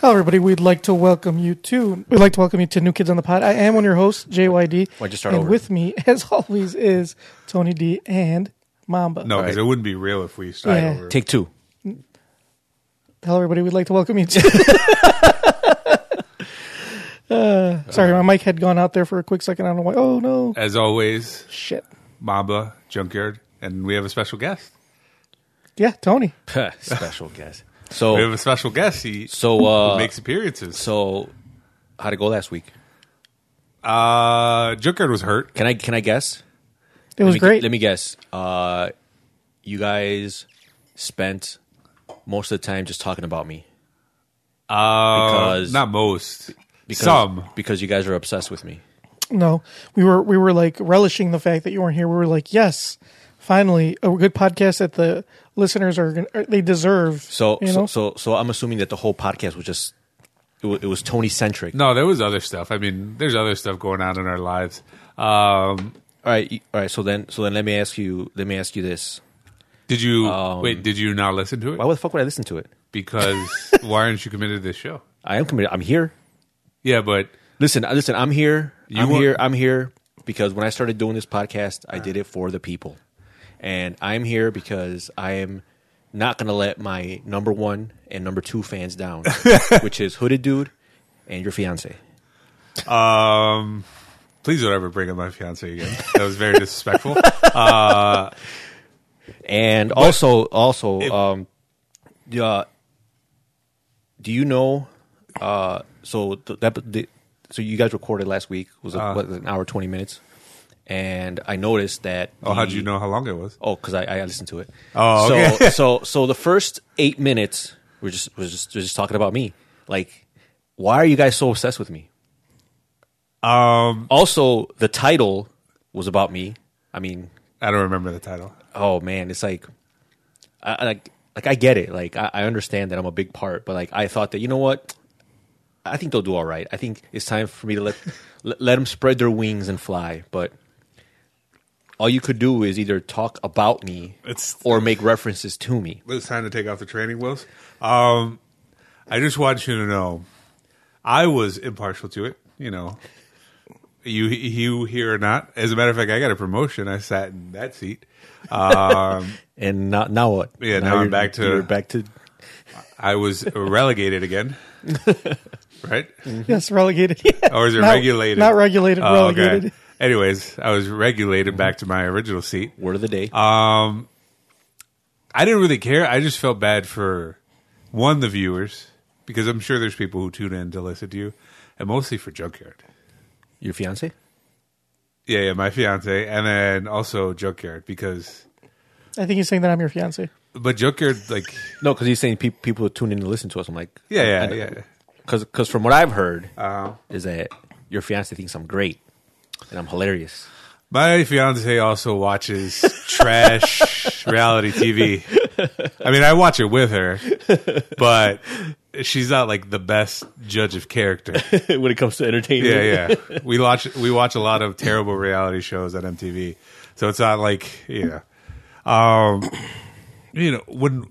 Hello, everybody. We'd like to welcome you to. We'd like to welcome you to New Kids on the Pod. I am one of your hosts, JYD. Why'd you start and over? with me, as always, is Tony D and Mamba. No, because Right. it wouldn't be real if we started Yeah. over. Take two. Hello, everybody. We'd like to welcome you to. uh, sorry, my mic had gone out there for a quick second. I don't know why. Oh no! As always, Shit. Mamba Junkyard, and we have a special guest. Yeah, Tony. Special guest. We have So a special guest. He so who Oh. uh makes appearances. so how'd it go last week? Uh, Junkyard was hurt. Can I can I guess? It was let me, great. Let me guess. Uh you guys spent most of the time just talking about me. Uh, Because- not most. Because, Some. because you guys are obsessed with me. No, we were we were like relishing the fact that you weren't here. We were like, yes, finally a good podcast that the listeners are gonna, they deserve. So you so, know? so so I'm assuming that the whole podcast was just it was, it was Tony centric. No, there was other stuff. I mean, there's other stuff going on in our lives. Um, All right, you- all right. So then so then let me ask you let me ask you this. did you Um, wait? Did you not listen to it? Why the fuck would I listen to it? because why aren't you committed to this show? I am committed. I'm here. Yeah, but Listen, uh, listen. I'm here. You I'm were- here. I'm here because when I started doing this podcast, I did it for the people, and I'm here because I am not going to let my number one and number two fans down, which is Hooded Dude and your fiance. please don't ever bring up my fiance again. That was very disrespectful. And also, also, um, yeah. Do you know? Uh, so th- that the, so you guys recorded last week was Uh-huh. a, what, an hour twenty minutes, and I noticed that. oh, how'd the- you know how long it was? Oh, because I, I listened to it. Oh, so okay. so so the first eight minutes we're just we're just we're just talking about me. Like, why are you guys so obsessed with me? Um. Also, the title was about me. I mean, I don't remember the title. oh man, it's like, I, I- like like I get it. Like I, I understand that I'm a big part, but like I thought that you know what. I think they'll do all right. I think it's time for me to let let, let them spread their wings and fly. But all you could do is either talk about me It's- or make references to me. it's time to take off the training wheels. Um, I just want you to know, I was impartial to it. You know, you you here or not? As a matter of fact, I got a promotion. I sat in that seat. And now, now what? Yeah, now I'm you're- back to- you're back to I was relegated again, right? yes, relegated. Yeah. Or is it Not- regulated? Not regulated. Oh, okay. relegated. Anyways, I was regulated back to my original seat. word of the day. Uh, I didn't really care. I just felt bad for one the viewers because I'm sure there's people who tune in to listen to you, and mostly for Junkyard. your fiance? Yeah, yeah, my fiance, and then also Junkyard because, I think he's saying that I'm your fiance. but Junkyard like, No, because he's saying pe- people tune in to listen to us. I'm like, yeah, yeah, yeah. Uh-huh. Because from what I've heard is that your fiance thinks I'm great and I'm hilarious. My fiance also watches trash reality TV. I mean, I watch it with her, but she's not like the best judge of character. when it comes to entertainment, Yeah, yeah. We watch we watch a lot of terrible reality shows on MTV, so it's not like you know, um, you know when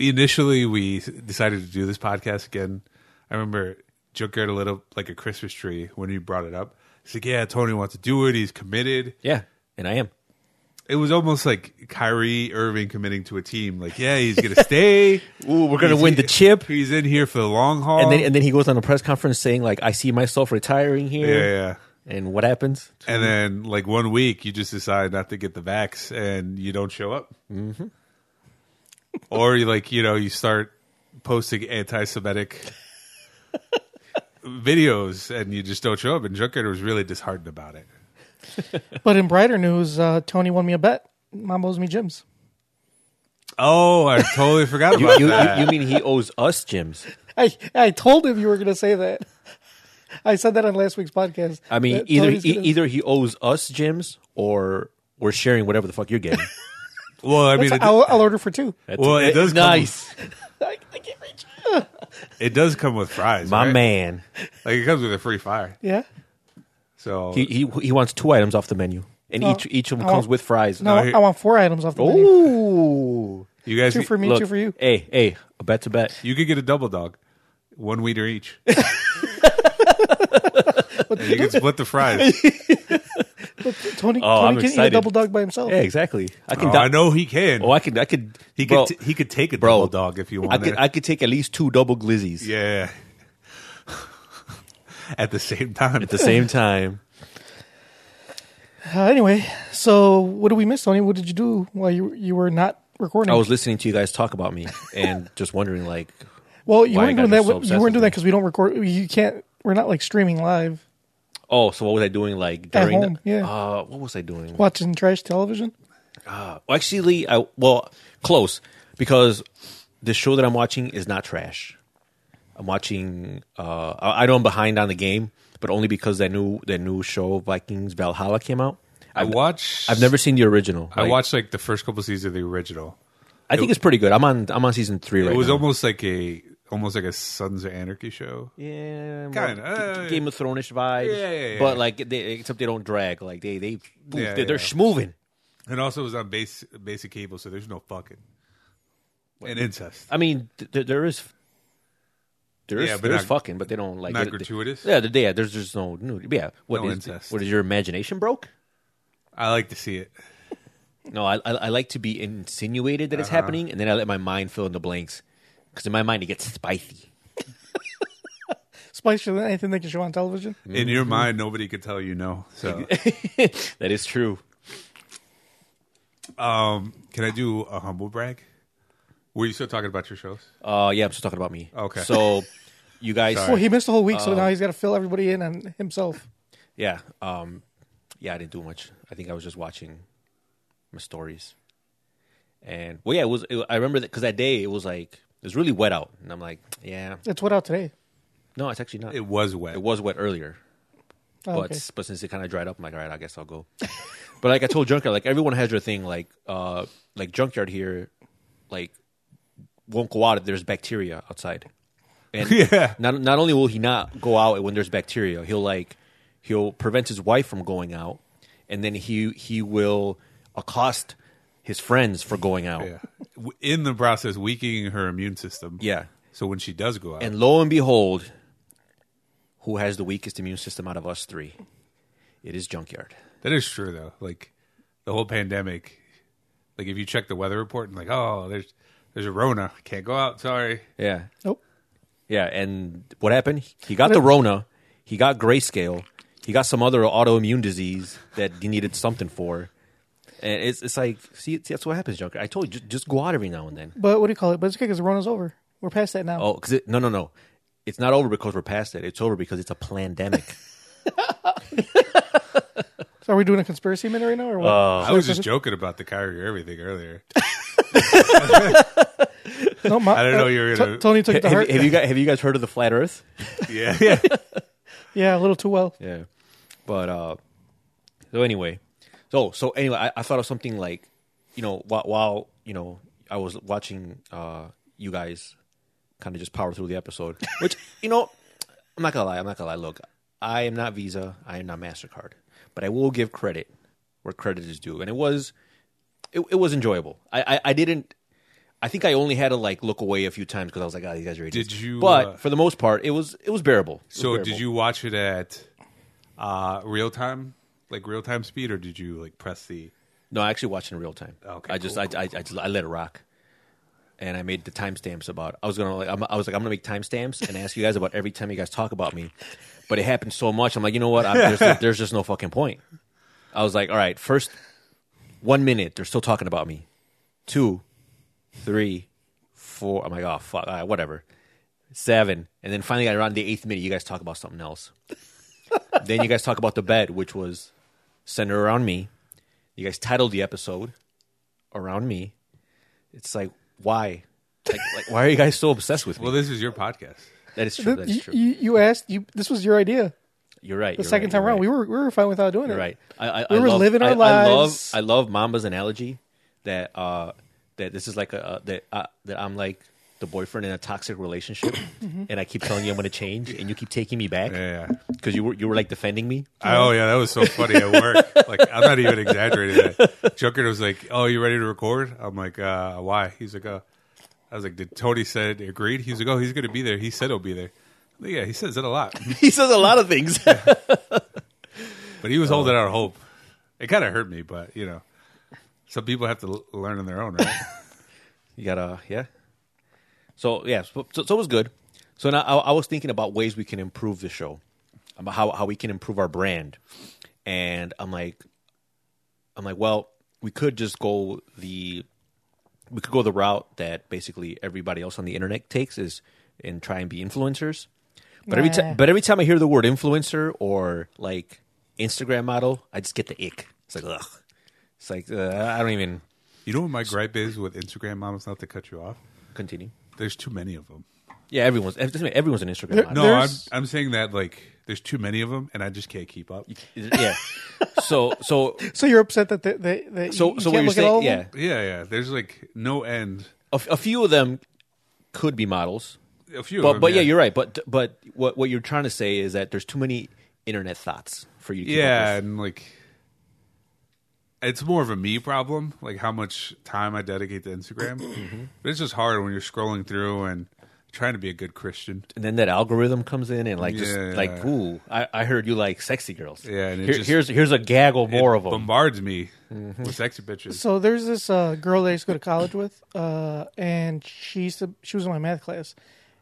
initially we decided to do this podcast again. I remember Joe Garrett lit up like a Christmas tree when you brought it up. He's like, "Yeah, Tony wants to do it. He's committed." yeah. And I am. It was almost like Kyrie Irving committing to a team. Like, yeah, he's gonna stay. Ooh, we're gonna He's- win the chip. He's in here for the long haul. And then and then he goes on a press conference saying like, I see myself retiring yeah, here. yeah. And what happens? and then like one week you just decide not to get the vax and you don't show up mm-hmm. or you like you know you start posting anti-semitic videos and you just don't show up and junker was really disheartened about it But in brighter news, uh, Tony won me a bet. Mom owes me gyms. oh i totally forgot You, about you, you, that you mean he owes us gyms? I I told him you were going to say that. I said that on last week's podcast. I mean, that either Tony's e- gonna- either he owes us gyms or we're sharing whatever the fuck you're getting. Well, I mean, it, I'll, I'll order for two. That's- Well, it does come- nice, I, I can't reach. it does come with fries. my right? man. Like it comes with a free fire. Yeah. So He, he he wants two items off the menu, and Oh. each each of them Oh. comes with fries. No, here- I want four items off the menu. Ooh, you guys, Two for me, two for you. Hey, hey, a bet to bet. you could get a double dog, one wiener each. and you can split the fries. Tony, Oh, I'm Tony can eat a excited. double dog by himself. Yeah, exactly. I can. Oh, do- I know he can. Oh, I could. I could. he could. bro, t- he could take a bro, double dog if you I want. could. I could take at least two double glizzies yeah. At the same time, at the same time. Uh, anyway, so what did we miss, Tony? What did you do while you you were not recording? I was listening to you guys talk about me and just wondering, like, well, you why weren't I doing that. got so with- you obsessed weren't doing with that it. because we don't record. You can't. We're not like streaming live, oh, so what was I doing? Like during home, the, yeah. Uh, what was I doing? watching trash television. Well, actually, I well close because the show that I'm watching is not trash. I'm watching. Uh, I I know I'm behind on the game, but only because that new that new show Vikings Valhalla came out. I watch. I've never seen the original. I Like, watched like the first couple seasons of the original. I think it's pretty good. I'm on. I'm on season three right it was now. almost like a almost like a Sons of Anarchy show. yeah, Kinda, more G- uh, Game of Thrones vibes. yeah, yeah, yeah. But like, they, except they don't drag. Like they they they Yeah, they're yeah. schmoving. And also, it was on base, basic cable, so there's no fucking and incest. I mean, th- th- there is. There is, Yeah, but there is not- fucking, but they don't like they- not they- gratuitous? Yeah, they- yeah. There's just no, no yeah. What No is- incest. what is your imagination broke? I like to see it. No, I, I, I like to be insinuated that it's Uh-huh. happening, and then I let my mind fill in the blanks because in my mind it gets spicy. Spicier than anything they can show on television. In Mm-hmm. your mind, nobody could tell you no. So, That is true. can I do a humble brag? Were you still talking about your shows? Uh, yeah, I'm just talking about me. Okay. so you guys, Well, he missed the whole week, so Oh. now he's got to fill everybody in on himself. yeah, um, yeah, I didn't do much. I think I was just watching my stories, and well, yeah, it was. It, I remember that because that day it was like it was really wet out, and I'm like, yeah, It's what out today. no, it's actually not. It was wet. It was wet earlier, Oh, but okay. but since it kind of dried up, I'm like, all right, I guess I'll go. but like I told Junkyard, like everyone has their thing. Like uh, like Junkyard here, like won't go out if there's bacteria outside. And Yeah. not not only will he not go out when there's bacteria, he'll like he'll prevent his wife from going out, and then he he will accost his friends for going out. Yeah. W- In the process, weakening her immune system. Yeah. So when she does go out, And lo and behold, who has the weakest immune system out of us three? It is Junkyard. that is true though. Like the whole pandemic. Like if you check the weather report and like, oh, there's there's a Rona, can't go out. Sorry. Yeah. Nope. Yeah, and what happened? He got the Rona, he got grayscale, he got some other autoimmune disease that he needed something for. And it's it's like, see, see that's what happens, Junker. I told you, just, just go out every now and then. But what do you call it? But it's okay because Rona's over. We're past that now. Oh, because it, no, no, no, it's not over because we're past it. It's over because it's a pandemic. So are we doing a conspiracy minute right now, or what? Uh, I was just joking about the Kyrie Irving thing earlier. no, my, I don't know you're T- gonna- Tony took it have, to heart. have you guys have you guys heard of the flat Earth? yeah, yeah. yeah, a little too well. Yeah, but uh, so anyway, so so anyway, I, I thought of something like, you know, while, while you know I was watching uh you guys kind of just power through the episode, which you know I'm not gonna lie, I'm not gonna lie. Look, I am not Visa, I am not Mastercard, but I will give credit where credit is due, and it was it, it was enjoyable. I, I I didn't. I think I only had to like look away a few times because I was like, "Ah, these guys are idiots." Did you, But uh, for the most part, it was it was bearable. It was So bearable. did you watch it at uh, real time, like real time speed, or did you like press the? No, I actually watched it in real time. Okay, I just cool, I, I, I just I let it rock, and I made the timestamps about. I was gonna like I'm, I was like I'm gonna make timestamps and ask you guys about every time you guys talk about me, but it happened so much. I'm like, you know what? I'm, there's, there's just no fucking point. I was like, all right, first one minute they're still talking about me, two, three, four. I'm like, oh fuck, all right, whatever. Seven, and then finally around the eighth minute, you guys talk about something else. then you guys talk about the bed, which was centered around me. You guys titled the episode around me. It's like why? Like, like why are you guys so obsessed with me? Well, this is your podcast. That is true. That is you, true. you, you asked. You this was your idea. You're right. The second time around, we were we were fine without doing it. You're right. I, I, We I were love, living our I, I love, lives. I love Mamba's analogy that uh, that this is like a uh, that uh, that I'm like the boyfriend in a toxic relationship, and I keep telling you I'm going to change, and you keep taking me back Yeah. because you were you were like defending me. I- oh yeah, that was so funny at work. like I'm not even exaggerating that. Joker was like, "Oh, you ready to record?" I'm like, uh, "Why?" He's like, uh, "I was like, did Tony said agreed?" He's like, "Oh, he's gonna be there. He said he'll be there." I'm like, yeah, he says it a lot, he says a lot of things. but he was Oh. holding out hope. It kind of hurt me, but you know, some people have to l- learn on their own, right? You gotta, yeah. So yeah, so, so it was good. So now I, I was thinking about ways we can improve the show, about how how we can improve our brand, and I'm like, I'm like, well, we could just go the, we could go the route that basically everybody else on the internet takes is and try and be influencers. But every Nah. time, but every time I hear the word influencer or like Instagram model, I just get the ick. It's like ugh. It's like uh, I don't even you know what my gripe is with Instagram moms? Not to cut you off. continue. There's too many of them. Yeah, everyone's everyone's an Instagram. model. No, There's- I'm I'm saying that like there's too many of them, and I just can't keep up. yeah. So so So you're upset that they, they, they so you, you so can't what you're look at all saying? of them? Yeah, Yeah, yeah. There's like no end. a, f- a few of them could be models, A few, but of them, but yeah. you're right. But but what what you're trying to say is that there's too many internet thoughts for you. To keep up yeah, with. and like it's more of a me problem, like how much time I dedicate to Instagram. Mm-hmm. But it's just hard when you're scrolling through and trying to be a good Christian. and then that algorithm comes in and like just Yeah. like ooh, I, I heard you like sexy girls. Yeah, and it Here- just- here's here's a gaggle more it of Mm-hmm. them. bombards me with sexy pictures. So there's this uh, girl that I used to go to college with, uh, and she used to, she was in my math class,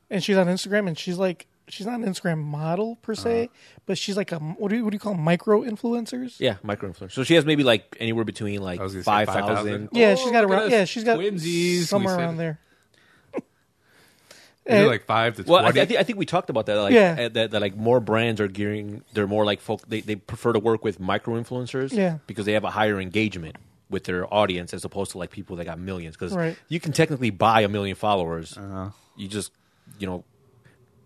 and she's on Instagram, and she's like she's not an Instagram model per se, Uh-huh. but she's like a what do you, what do you call micro influencers? yeah, micro influencer. So she has maybe like anywhere between like I was gonna say five thousand. 5,000. Yeah, Oh, she's got look at around. us. Yeah, she's got Whimsies. somewhere We said around it. there. Is it Eh, like five to Well, I, twenty. th- I, think, I think we talked about that. Like, Yeah. uh, that, that like more brands are gearing. They're more like folk. They, they prefer to work with micro influencers. Yeah. Because they have a higher engagement with their audience as opposed to like people that got millions. Because Right. you can technically buy a million followers. You just you know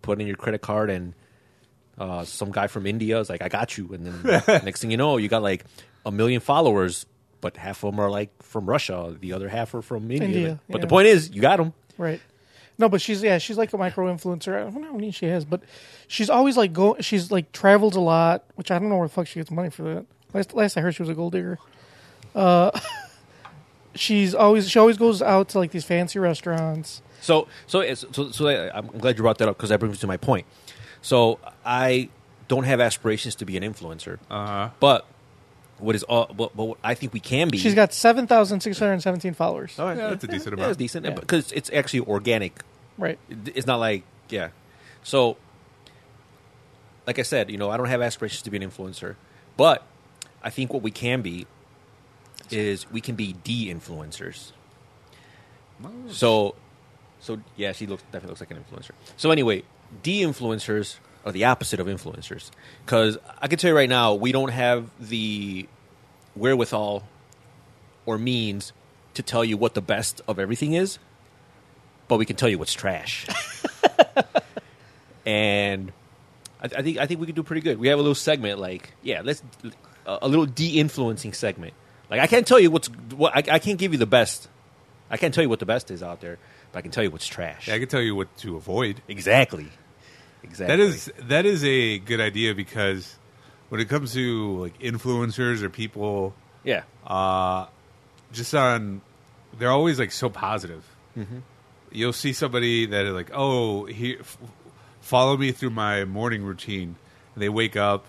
put in your credit card and uh, some guy from India is like, I got you, and then next thing you know, you got like a million followers. But half of them are like from Russia, the other half are from India. India, but the yeah. point is, you got them. Right. No, but she's yeah, she's like a micro influencer. I don't know how many she has, but she's always like go. She's like travels a lot, which I don't know where the fuck she gets money for that. Last last I heard, she was a gold digger. Uh, she's always she always goes out to like these fancy restaurants. So so it's- so so I- I'm glad you brought that up because that brings me to my point. So I don't have aspirations to be an influencer, uh-huh. but what is all? But, but what I think we can be. She's got seven thousand six hundred seventeen followers. All right, Yeah, that's a decent oh, yeah, amount. That's decent Yeah. because it's actually organic. Right. It- It's not like yeah. So, like I said, you know, I don't have aspirations to be an influencer, but I think what we can be is we can be de-influencers. So, so yeah, she looks definitely looks like an influencer. So anyway, de-influencers are the opposite of influencers because I can tell you right now, we don't have the wherewithal or means to tell you what the best of everything is, but we can tell you what's trash. and I, I think I think we could do pretty good. We have a little segment like yeah, let's a, a little de-influencing segment. Like I can't tell you what's what I, I can't give you the best. I can't tell you what the best is out there, but I can tell you what's trash. Yeah, I can tell you what to avoid. exactly. Exactly. That is that is a good idea because when it comes to like influencers or people yeah. just on they're always like so positive Mm-hmm. you'll see somebody that are like oh here f- follow me through my morning routine and they wake up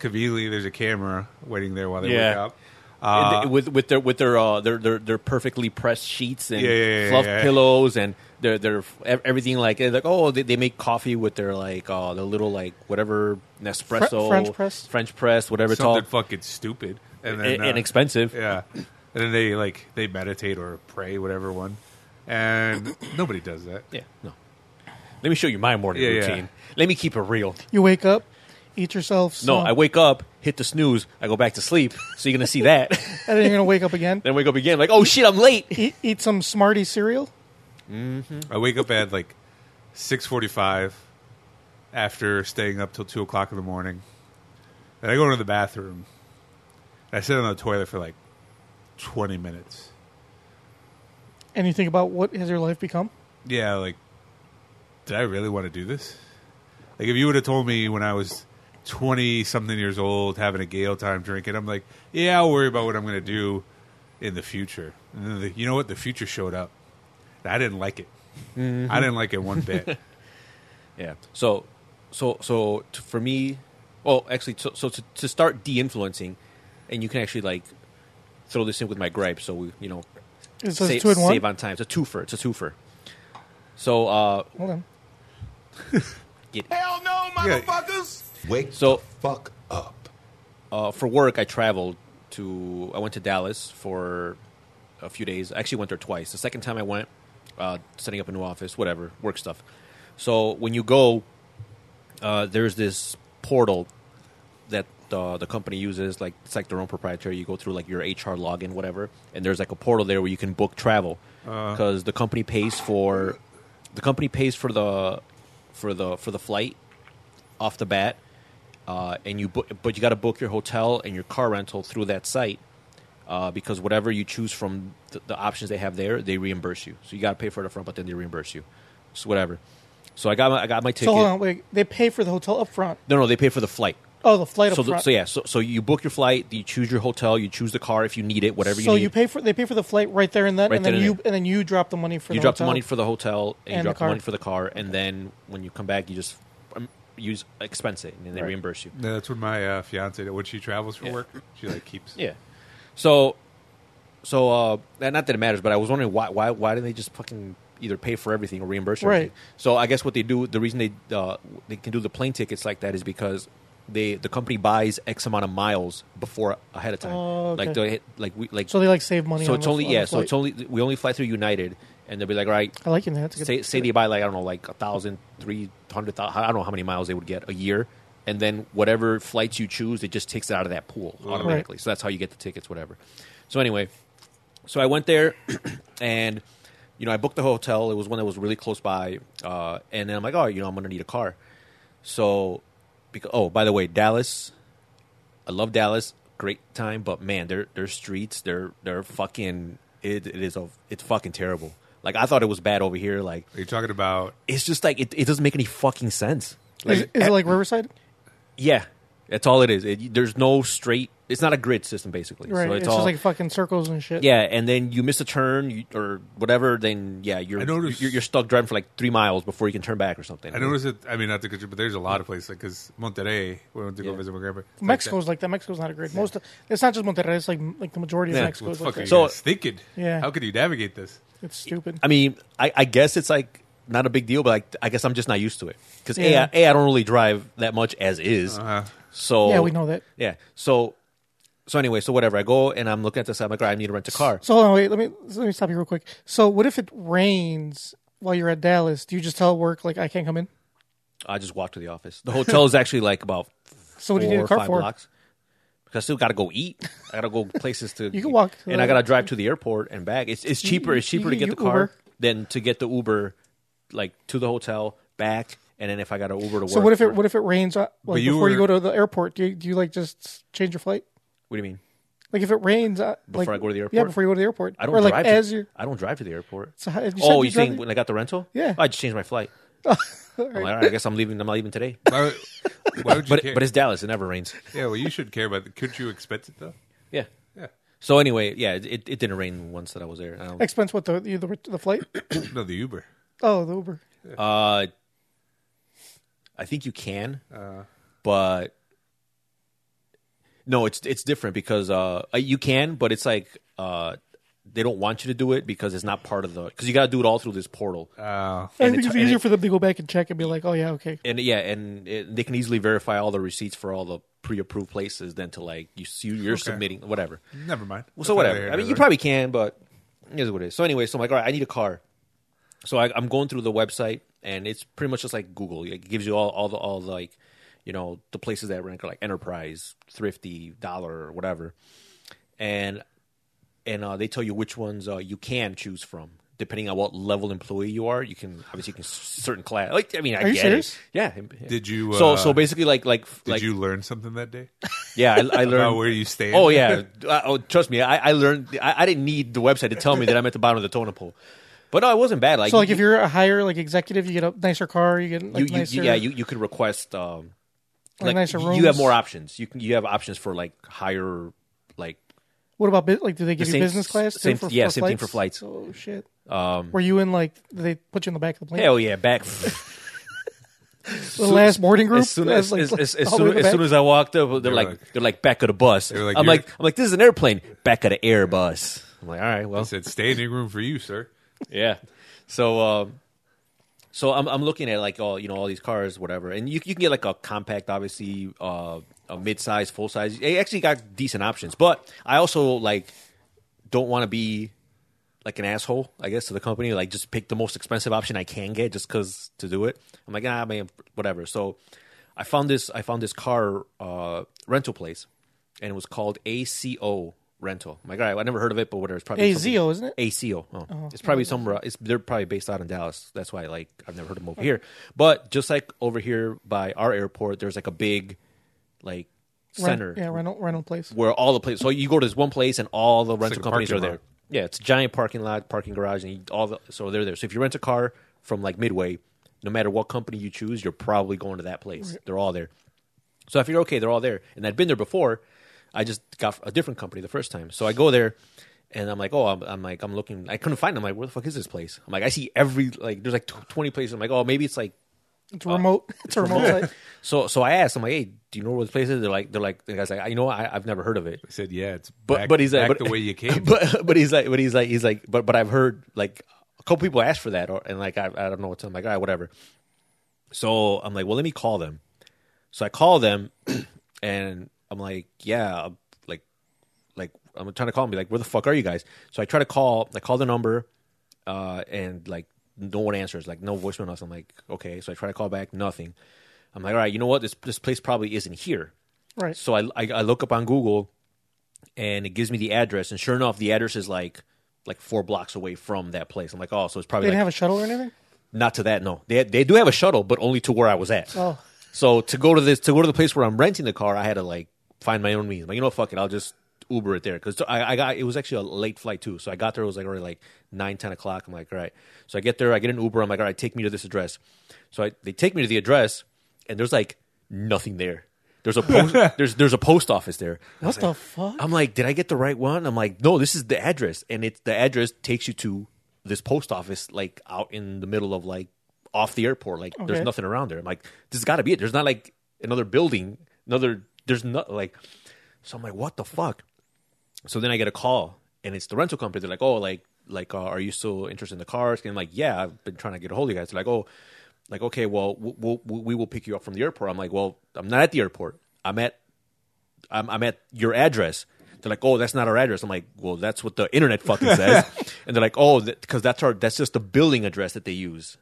conveniently there's a camera waiting there while they wake Yeah. up uh, And with with their with their uh, their, their their perfectly pressed sheets and Yeah, yeah, yeah, fluff yeah. pillows and their their f- ev- everything like they're like oh they, they make coffee with their like uh their little like whatever Nespresso French press? French press whatever something it's all fucking stupid and i- then uh, inexpensive yeah and then they like they meditate or pray whatever one and nobody does that Yeah, no let me show you my morning Yeah, yeah. routine let me keep it real You wake up, eat yourself. no some, I wake up hit the snooze I go back to sleep so you're gonna see that and then you're gonna wake up again. then wake up again like oh shit I'm late eat, eat some Smartie cereal. i wake up at like 6.45 after staying up till two o'clock in the morning. And I go into the bathroom. And I sit on the toilet for like twenty minutes. And you think about what has your life become? Yeah, like, did I really want to do this? Like, if you would have told me when I was twenty something years old, having a gale time drinking, I'm like, yeah, I'll worry about what I'm going to do in the future. And then the, you know what? The future showed up. And I didn't like it. I didn't like it one bit. Yeah. So, so, so t- for me, well, actually, so, so to, to start de-influencing, and you can actually like throw this in with my gripe. So we, you know, It's a save, two and one. save on time. It's a twofer. It's a twofer. So, uh, Hold on. Hell no, motherfuckers! Wake So- the fuck up. uh, for work, I traveled to. I went to Dallas for a few days. I actually went there twice. The second time I went, uh, setting up a new office, whatever work stuff. So when you go, uh, there's this portal that uh, the company uses. Like it's like their own proprietary. You go through like your HR login, whatever, and there's like a portal there where you can book travel because the company pays for the company pays for the for the for the flight off the bat, uh, and you book, but you got to book your hotel and your car rental through that site uh, because whatever you choose from the, the options they have there, they reimburse you. So you got to pay for it up front, but then they reimburse you. So whatever. So I got my, I got my ticket. So hold on. Wait. They pay for the hotel up front. No, no, they pay for the flight. Oh, the flight up So, the- front. so yeah, so, so you book your flight, you choose your hotel, you choose the car if you need it, whatever So you need. you pay for they pay for the flight right there and then, Right and then there and you then. and then you drop the money for you the drop the hotel. money for the hotel and, you And the drop the, car. money for the car, and then when you come back, you just um, use expense it, and then they Right. reimburse you. No, that's what my uh, fiance did. When she travels for Yeah. work, she like keeps. Yeah. So, so uh, and not that it matters, but I was wondering why why why didn't they just fucking either pay for everything or reimburse everything? Right. So I guess what they do, the reason they uh, they can do the plane tickets like that is because they the company buys X amount of miles before ahead of time. Oh, okay. Like they like we like So they like save money. so on it's the only fl- on yeah the so it's flight. only we only fly through United and they'll be like all right I like you. man. That's a good. say say they buy like I don't know like a thousand three hundred thousand I don't know how many miles they would get a year and then whatever flights you choose it just takes it out of that pool automatically so that's how you get the tickets whatever so anyway so I went there and you know I booked the hotel it was one that was really close by uh, and then I'm like oh you know I'm gonna need a car so because oh by the way Dallas I love Dallas. Great time, but man, their their streets, they're they're fucking it, it is a it's fucking terrible. Like I thought it was bad over here. Like Are you talking about? it's just like it, it doesn't make any fucking sense. Is, Like is it like Riverside? yeah, that's all it is. It, there's no straight. It's not a grid system basically. Right. So it's it's, just all like fucking circles and shit. yeah, and then you miss a turn you, or whatever. Then yeah, you're, I noticed- you're you're stuck driving for like three miles before you can turn back or something. I noticed it. I mean, not to get you, but there's a lot of places like because Monterrey. We went to go Yeah. visit my grandpa. It's like Mexico's like that. Mexico's not a great. Most of, it's not just Monterrey. It's like like the majority of Yeah. that. What Mexico's the like fuck are you that. So- guys thinking? Yeah. How could you navigate this? it's stupid. I mean, I, I guess it's like not a big deal, but like I guess I'm just not used to it because Yeah. a, I- a I don't really drive that much as is. Uh-huh. So Yeah, we know that. Yeah. So so anyway, so whatever. I go and I'm looking at this. I'm like, all right, I need to rent a car. so hold on, wait. Let me let me stop you real quick. So what if it rains while you're at Dallas? Do you just tell work like I can't come in? I just walk to the office. The hotel is actually like about So what do you four need a or car five for? blocks. Because I still got to go eat. I got to go places to. You can walk. and I got to drive to the airport and back. It's it's cheaper. It's you cheaper to can get the u- car Uber. than to get the Uber, like to the hotel back, and then if I got an Uber to work. So what if or- it what if it rains uh, like you before you were- go to the airport? Do you, do you like just change your flight? What do you mean? Like if it rains uh, Before like- I go to the Yeah, airport? before you go to the airport. I don't or like drive. as to, you. I don't drive to the airport. So how- you said oh, you you saying drive- when I got the rental? Oh, Yeah. I just changed my flight. I'm like, all right, I guess I'm leaving. I'm not leaving today. Why, would- why would you But care? but it's Dallas. It never rains. yeah, well, you should care about. It. Could you expect it though? Yeah. Yeah. So anyway, yeah, it, it didn't rain once that I was there. I don't- Expense what the you- the, the flight? No, the Uber. Oh, the Uber. Uh, I think you can, but no, it's it's different because uh, uh, you can, but it's like uh, they don't want you to do it because it's not part of the because you got to do it all through this portal. Uh, I And think it's- it's and easier it- for them to go back and check and be like, oh yeah, okay. and yeah, and it, they can easily verify all the receipts for all the pre-approved places than to like you you- you're submitting whatever. never mind. Well, so That's whatever. neither I mean, here you nor probably can, but it is what it is. So anyway, so I'm like, all right, I need a car. So I, I'm going through the website, and it's pretty much just like Google. It gives you all all the all the, like you know the places that rank like Enterprise, Thrifty, Dollar, or whatever, and and uh, they tell you which ones uh, you can choose from. depending on what level employee you are, you can obviously you can s- certain class. Like I mean, I Are you get serious? it. Yeah. yeah. Did you, So uh, so basically, like like Did like you learn something that day? yeah, I, I About learned where you stand? Oh yeah, uh, oh, trust me, I, I learned. I, I didn't need the website to tell me that I'm at the bottom of the totem pole. But no, it wasn't bad. Like So like if you're a higher like executive, you get a nicer car, you get like you, you, nicer. yeah, you, you could request um, Like nicer y- You have rooms. more options. You can you have options for like higher like What about bu- like? Do they give same- you business class? too same- for, yeah, for same thing for flights. Oh shit. Were you in like? Did they put you in the back of the plane? hell yeah back. the last boarding group. As soon That's, as like, as, as, as, all the way soon, in the as soon back? as I walked up, they're They're like, like- they're like back of the bus. They're like, I'm "You're-" like I'm like this is an airplane back of the Airbus. I'm like all right, well I said standing room for you, sir. yeah. So um, so I'm I'm looking at like all you know all these cars, whatever, and you you can get like a compact, obviously, uh, a mid-size, full size. It actually got decent options, but I also like don't want to be like an asshole, I guess, to the company. Like just pick the most expensive option I can get, just cause to do it. I'm like ah man, whatever. So I found this I found this car uh, rental place, and it was called ACO rental. I'm like, all right, I never heard of it, but whatever. It's probably something- AZO, isn't it? ACO. Oh. It's probably somewhere. It's they're probably based out in Dallas. That's why like I've never heard of them over here. But just like over here by our airport, there's like a big like Rent- center yeah, rental rental place. where all the places. So you go to this one place and all the rental like a companies are parking there. lot. Yeah, it's a giant parking lot, parking garage, and you- all the so they're there. So if you rent a car from like Midway, no matter what company you choose, you're probably going to that place. They're all there. So I figured, okay, they're all there, and I'd been there before. I just got a different company the first time, so I go there, and I'm like, oh, I'm, I'm like, I'm looking, I couldn't find. Them. I'm like, where the fuck is this place? I'm like, I see every like, there's like tw- 20 places. I'm like, oh, maybe it's like It's remote. It's a remote. site. so. So I asked, I'm like, hey, do you know where this place is? They're like, they're like, the guy's like, you know, what? I, I've never heard of it I said, yeah, it's but back, but he's like back but, the way you came. But but he's like but he's like he's like but but I've heard like a couple people asked for that or and like I I don't know what to I'm like all right whatever. So I'm like well let me call them. So I call them and I'm like yeah like like I'm trying to call them be like where the fuck are you guys? So I try to call I call the number uh and like no one answers like no voicemail nothing. I'm like okay so I try to call back nothing. I'm like all right you know what this this place probably isn't here. Right. So I, I I look up on Google, and it gives me the address, and sure enough, the address is like like four blocks away from that place. I'm like, oh, so it's They probably didn't like, have a shuttle or anything. not to that. No, they they do have a shuttle, but only to where I was at. Oh. so to go to this to go to the place where I'm renting the car, I had to like find my own means. Like you know, what, fuck it, I'll just Uber it there because I, I got it was actually a late flight too. So I got there it was like already like nine ten o'clock. I'm like, all right. So I get there, I get an Uber. I'm like, all right, take me to this address. So I, they take me to the address, and there's like nothing there. There's a post, there's there's a post office there. I was What the like- fuck? I'm like, did I get the right one? I'm like, no, this is the address, and it's the address takes you to this post office, like out in the middle of like off the airport. Like, Okay. there's nothing around there. I'm like, this has got to be it. There's not like another building, another. There's not like. So I'm like, what the fuck? So then I get a call, and it's the rental company. They're like, oh, like, like, uh, are you still interested in the cars? And I'm like, yeah, I've been trying to get a hold of you guys. They're like, oh, like, okay, well, we'll, we'll, we will pick you up from the airport. I'm like, well, I'm not at the airport. I'm at, I'm, I'm at your address. They're like, oh, that's not our address. I'm like, well, that's what the internet fucking says. and they're like, oh, because that's our, that's just the building address that they use.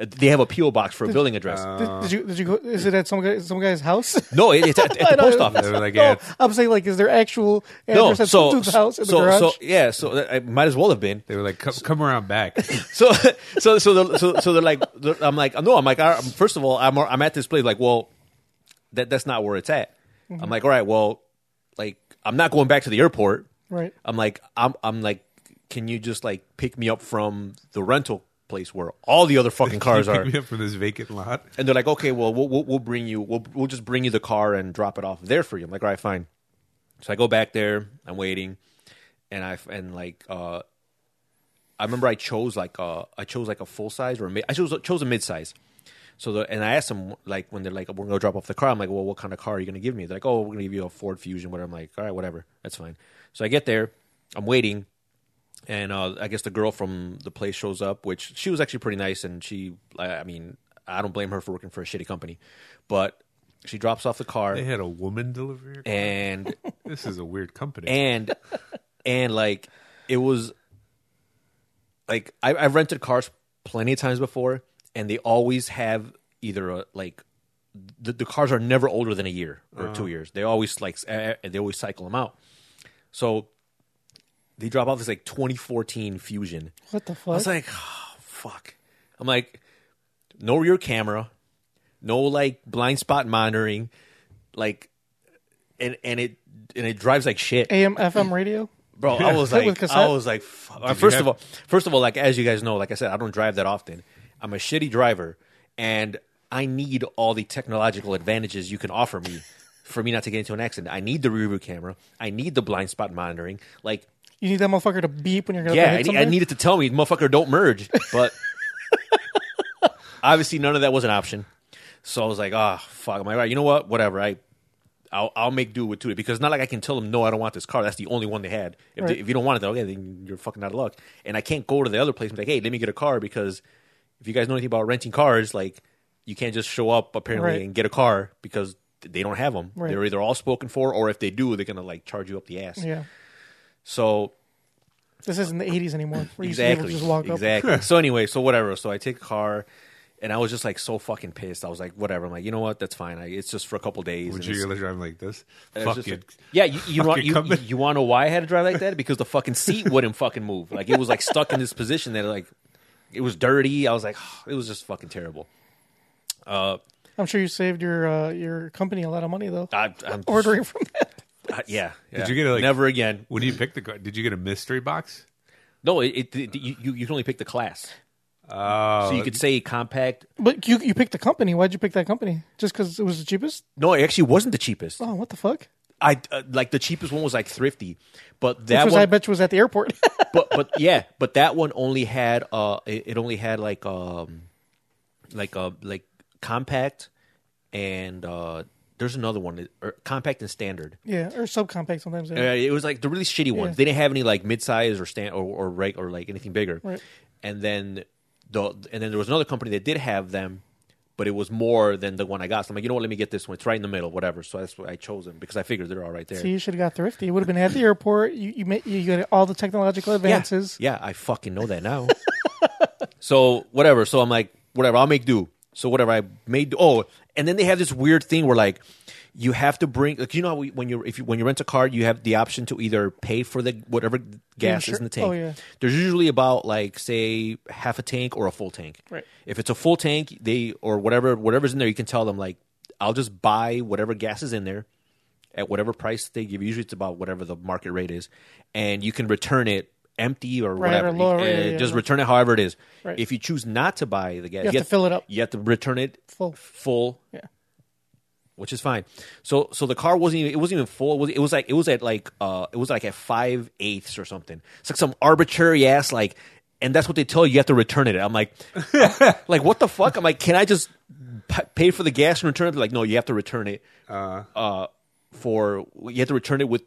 Uh, They have a PO box for a building address. Did, did you did you go? Is it at some guy, some guy's house? no, it, it's at, at the I know. post office. they were like, No, yeah, it's- I'm saying like, is there actual No, address at some so dude's house in the so garage? so yeah, so that- I might as well have been. they were like, come, come around back. so so so the, so so they're like they're- I'm like no I'm like I, first of all I'm I'm at this place like well that that's not where it's at Mm-hmm. I'm like all right well like I'm not going back to the airport Right. I'm like I'm I'm like can you just like pick me up from the rental place where all the other fucking cars you are picked me up from this vacant lot. and they're like, okay, well, we'll we'll, we'll bring you, we'll, we'll just bring you the car and drop it off there for you. I'm like, all right, fine. So I go back there. I'm waiting, and I and like uh, I remember I chose like uh, I chose like a full size or a mid, I chose chose a mid size. So the, and I asked them like when they're like we're gonna drop off the car. I'm like, well, what kind of car are you gonna give me? They're like, oh, we're gonna give you a Ford Fusion. Whatever. I'm like, all right, whatever, that's fine. So I get there. I'm waiting and uh, I guess the girl from the place shows up, which she was actually pretty nice, and she, I I mean, I don't blame her for working for a shitty company, but she drops off the car They had a woman deliver your car. and This is a weird company. and and like it was like I, I've rented cars plenty of times before, and they always have either a, like the, the cars are never older than a year or two years. They always like s- eh, eh, they always cycle them out. So they drop off this like 2014 Fusion. What the I fuck? was like, oh, fuck. I'm like, no rear camera, no like blind spot monitoring, like, and and it and it drives like shit, AM FM radio. bro. I was Is that like, with cassette? I was like, fuck. first of have- all, first of all, like as you guys know, like I said, I don't drive that often. I'm a shitty driver, and I need all the technological advantages you can offer me for me not to get into an accident. I need the rear view camera. I need the blind spot monitoring. Like You need that motherfucker to beep when you're gonna yeah, I, hit need- I something? needed to tell me, motherfucker, don't merge. But obviously, none of that was an option. So I was like, ah, fuck. Am I right? You know what? Whatever. I, I'll, I'll make do with two. Because it's not like I can tell them, no, I don't want this car. That's the only one they had. If, they- Right. if you don't want it, then, okay, then you're fucking out of luck. And I can't go to the other place and be like, hey, let me get a car because if you guys know anything about renting cars, like you can't just show up apparently Right. and get a car because they don't have them. Right. They're either all spoken for, or if they do, they're gonna like charge you up the ass. Yeah, So this isn't the '80s anymore. Where you used to be able Exactly. to just walk up. exactly. so anyway, so whatever. So I take a car, and I was just like so fucking pissed. I was like, whatever. I'm like, you know what? That's fine. I, it's just for a couple days. Would and you it's- gonna drive like this? and it's Fuck just it. like- yeah, you you, want, Fucking you, company. you want to know why I had to drive like that? Because the fucking seat wouldn't fucking move. Like it was like stuck in this position that like it was dirty. I was like, it was just fucking terrible. I'm sure you saved your uh, your company a lot of money though. I, I'm ordering from that. I- yeah, yeah. you get it, like- never again? when you picked the car, did you get a mystery box? No, it, it, it you you you can only pick the class, Uh, so you could say compact. But you you picked the company. Why'd you pick that company? Just because it was the cheapest? No, it actually wasn't the cheapest. Oh, what the fuck? I uh, like the cheapest one was like thrifty, but Which that was one I bet you was at the airport. but but yeah, but that one only had uh, it, it only had like um, like uh, like compact, and uh, there's another one, or compact and standard. yeah, or subcompact sometimes. Uh, it was like the really shitty ones. Yeah. They didn't have any like midsize or stand or or right or like anything bigger. Right. And then the and then there was another company that did have them, but it was more than the one I got. So I'm like, you know what? Let me get this one. It's right in the middle, whatever. So that's what I chose them because I figured they're all right there. So you should have got thrifty. It would have been at the airport. You you, met, you got all the technological advances. Yeah, yeah, I fucking know that now. so whatever. So I'm like, whatever. I'll make do. So whatever I made. do- Oh, and then they have this weird thing where like you have to bring like you know how we, when you if you, when you rent a car you have the option to either pay for the whatever gas is in the insur- tank. oh, yeah. There's usually about like say half a tank or a full tank. Right. If it's a full tank, they or whatever whatever's in there, you can tell them like I'll just buy whatever gas is in there at whatever price they give. Usually it's about whatever the market rate is, and you can return it empty or Right, whatever. or lower, Uh, yeah, yeah, just yeah. return it however it is. Right. If you choose not to buy the gas, have to fill it up. You have to return it Full. full Yeah. which is fine. So so the car wasn't even it wasn't even full. It was, it was like it was at like uh it was like at five eighths or something. It's like some arbitrary ass like, and that's what they tell you. You have to return it. I'm like, like what the fuck? I'm like, can I just p- pay for the gas and return it? They're like, no, you have to return it. Uh, for you have to return it with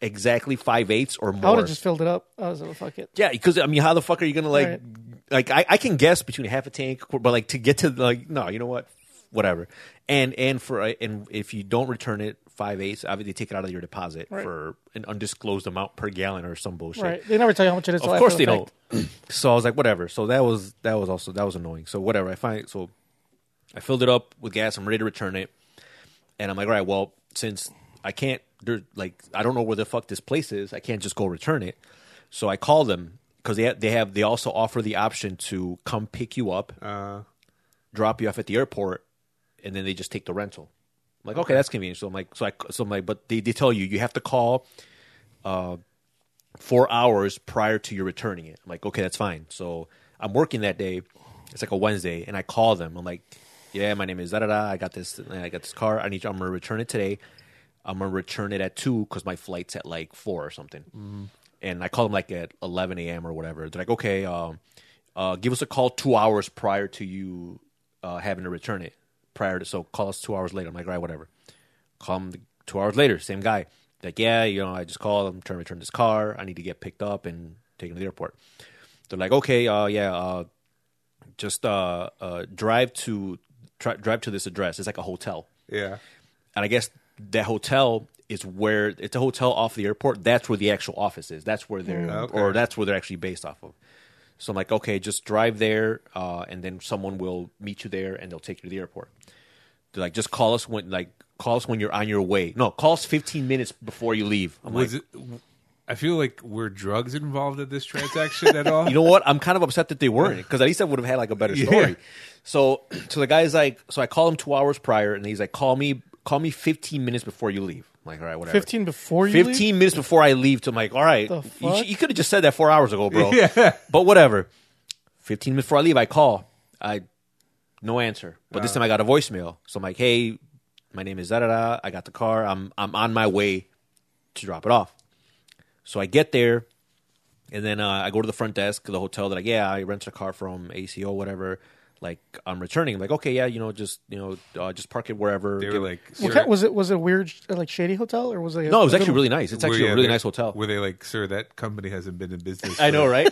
exactly five eighths or more. I would have just filled it up. I was like, fuck it. Yeah, because I mean, how the fuck are you gonna like, Right. like I, I can guess between half a tank, qu- but like to get to like no, you know what, whatever. And and for uh, and if you don't return it five eighths, obviously they take it out of your deposit Right. for an undisclosed amount per gallon or some bullshit. Right. They never tell you how much it is. till Of course after they the don't. fact. so I was like, whatever. So that was that was also that was annoying. So whatever. I find so I filled it up with gas. I'm ready to return it, and I'm like, all right, well, since I can't, there, like, I don't know where the fuck this place is. I can't just go return it. So I call them because they ha- they have they also offer the option to come pick you up, drop you off at the airport, and then they just take the rental. I'm like, okay, that's convenient. So I'm like, so I so I'm like, but they they tell you you have to call four hours prior to your returning it. I'm like, okay, that's fine. So I'm working that day. It's like a Wednesday, and I call them. I'm like, yeah, my name is da da da. I got this. I got this car. I need. I'm gonna return it today. I'm gonna return it at two because my flight's at like four or something. And I call them like at 11 a.m. or whatever. They're like, okay, um, uh, give us a call two hours prior to you uh, having to return it. Prior to so call us two hours later. I'm like, all right, whatever call him two hours later, same guy. Like, yeah, you know, I just called. I'm trying to return this car. I need to get picked up and taken to the airport. They're like, okay, uh, yeah, uh, just uh, uh, drive to try, drive to this address. It's like a hotel, yeah. and I guess that hotel is where it's a hotel off the airport. That's where the actual office is. That's where they're Mm. Okay. or that's where they're actually based off of. So I'm like, okay, just drive there, uh, and then someone will meet you there, and they'll take you to the airport. They're like, just call us when like call us when you're on your way. No, call us 15 minutes before you leave. I'm Was like, it? I feel like were drugs involved in this transaction at all? you know what? I'm kind of upset that they weren't because at least I would have had like a better Yeah. story. So, so the guy's like, so I call him two hours prior, and he's like, call me, call me 15 minutes before you leave. I'm like, all right, whatever. 15 before you leave? 15 minutes before I leave. To I'm like, all right, The you, fuck? sh- you could have just said that four hours ago, bro. Yeah. But whatever. 15 minutes before I leave, I call. I no answer. But this time I got a voicemail. So I'm like, hey, my name is da da da. I got the car. I'm I'm on my way to drop it off. So I get there, and then uh, I go to the front desk of the hotel that like, yeah, I rented a car from ACO, whatever. Like I'm returning. I'm like, okay, yeah, you know, just you know, uh, just park it wherever. they were Give- like, What "Sir, kind- was it was it a weird uh, like shady hotel or was it? a- no, it was a good actually one? really nice. It's were- actually yeah, a really they- nice hotel. Were they like, sir, that company hasn't been in business? I for know, right?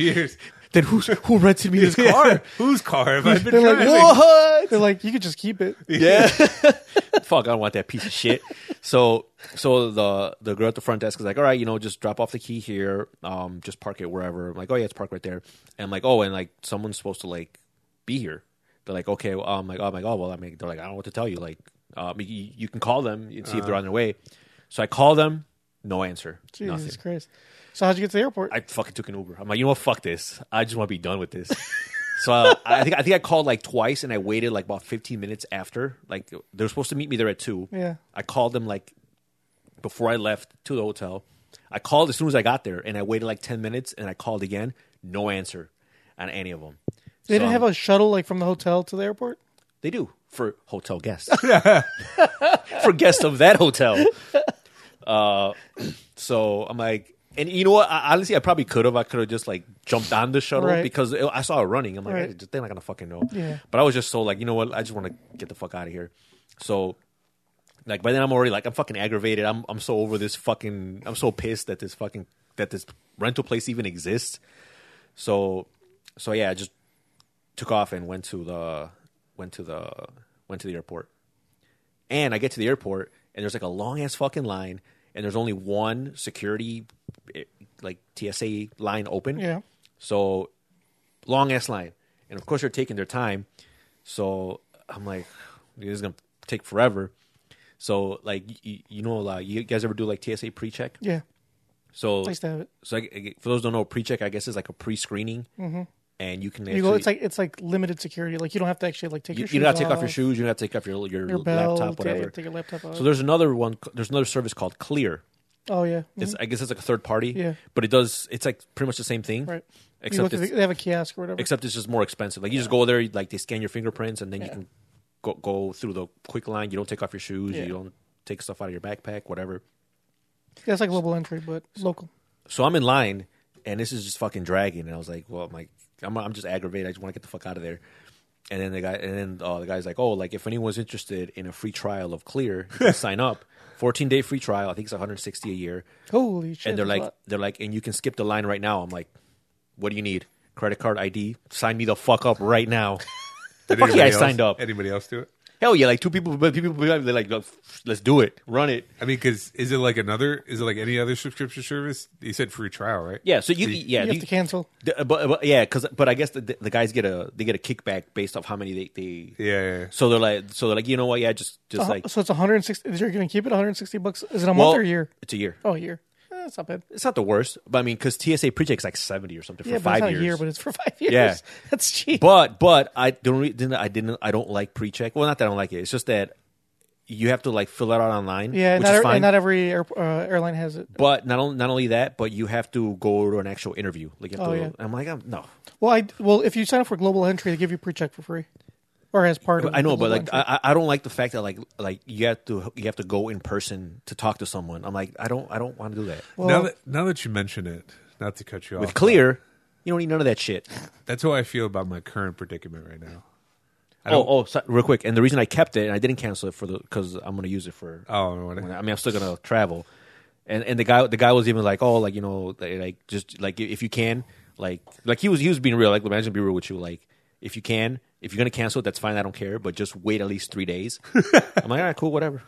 years. then who's who rented me this Yeah. car? Whose car have I been They're like, driving? What? They're like, you could just keep it. Yeah. Fuck, I don't want that piece of shit. So so the the girl at the front desk is like, all right, you know, just drop off the key here. Um, just park it wherever. I'm like, oh yeah, it's parked right there. And I'm like, oh, and like someone's supposed to like be here. They're like, okay, well, I'm like, oh my god, well, I mean, they're like, I don't know what to tell you. Like, um, you, you can call them and see if they're on their way. So I call them, no answer, Jesus nothing. Christ. So how'd you get to the airport? I fucking took an Uber. I'm like, you know what? Fuck this. I just want to be done with this. so uh, I think I think I called like twice, and I waited like about 15 minutes after. Like they were supposed to meet me there at two. Yeah. I called them like before I left to the hotel. I called as soon as I got there, and I waited like 10 minutes, and I called again. No answer on any of them. they didn't have a shuttle like from the hotel to the airport. They do for hotel guests. for guests of that hotel. Uh, so I'm like, and you know what? I, honestly, I probably could have. I could have just like jumped on the shuttle Right. because it, I saw it running. I'm like, Right. "Eh, they're not gonna fucking know. Yeah. But I was just so like, you know what? I just want to get the fuck out of here. So. Like by then I'm already like I'm fucking aggravated. I'm I'm so over this fucking I'm so pissed that this fucking that this rental place even exists. So so yeah, I just took off and went to the went to the went to the airport. And I get to the airport and there's like a long ass fucking line and there's only one security eh, like TSA line open. Yeah. So long ass line. And of course they're taking their time. So I'm like this is going to take forever. So like you, you know like you guys ever do like TSA pre-check? Yeah. So Nice to have it. so I, I- for those who don't know, pre-check I guess is like a pre-screening, and you can actually, Mm-hmm. You go. It's like it's like limited security. Like you don't have to actually like take you, your you shoes don't have to take off your off, shoes, you don't have to take off your your, your belt, laptop, whatever. Take, take your laptop off. so there's another one. There's another service called Clear. oh yeah. It's, I guess it's like a third party, Yeah. but it does. It's like pretty much the same thing, Right. You Except look at it's, the- they have a kiosk or whatever. except it's just more expensive. Like you just go there, you- like they scan your fingerprints, and then you can go, go through the quick line. You don't take off your shoes, Yeah. you don't take stuff out of your backpack, whatever. yeah, it's like global entry, but local. so I'm in line, and this is just fucking dragging. And I was like, well, I'm like, I'm, I'm just aggravated. I just want to get the fuck out of there. And then the guy, and then uh, the guy's like, oh, like if anyone's interested in a free trial of Clear, you can sign up. 14 day free trial. I think it's 160 a year. Holy shit! and they're that's a like, lot. they're like, and you can skip the line right now. I'm like, what do you need? Credit card ID? Sign me the fuck up right now. Did Fuck yeah, I anybody else- signed up. Anybody else do it? Hell yeah! Like two people, but people, they're like, let's do it, run it. I mean, because is it like another? Is it like any other subscription service? You said free trial, right? Yeah. So you, yeah, you you- have to cancel. The- uh, but, but yeah, because but I guess the, the guys get a they get a kickback based off how many they, they Yeah, yeah, yeah. So they're like so they're like you know what yeah just just Uh, like so it's 160. You're going to keep it 160 bucks. Is it a well, month or a year? It's a year. Oh, a year. Eh, that's not bad. It's not the worst, but I mean because TSA pre is like seventy or something Yeah, for but it's five not years. a year, but it's for five years. Yeah. that's cheap. but but I don't re- didn't I didn't I don't like pre-check. Well, not that I don't like it. It's just that you have to like fill it out online. yeah, which not, is every, fine. and not every air, uh, airline has it. but not only not only that, but you have to go to an actual interview. Like you have Oh, to, yeah. I'm like I'm, no, Well, I well if you sign up for global entry, they give you pre-check for free, or as part of. I know, the but Global like Entry. I, I I don't like the fact that like like you have to you have to go in person to talk to someone. I'm like I don't I don't want to do that. now well- that now that you mention it, not to cut you With Oh, off, clear, you don't need none of that shit. that's how I feel about my current predicament right now. Oh oh, so, real quick, and the reason I kept it and I didn't cancel it for the because I'm gonna use it for. Oh, I when wanna- I mean I'm still gonna travel, and and the guy the guy was even like oh like you know like just like if you can like like he was he was being real like imagine being real with you like if you can if you're gonna cancel it that's fine I don't care but just wait at least three days. I'm like all right cool whatever.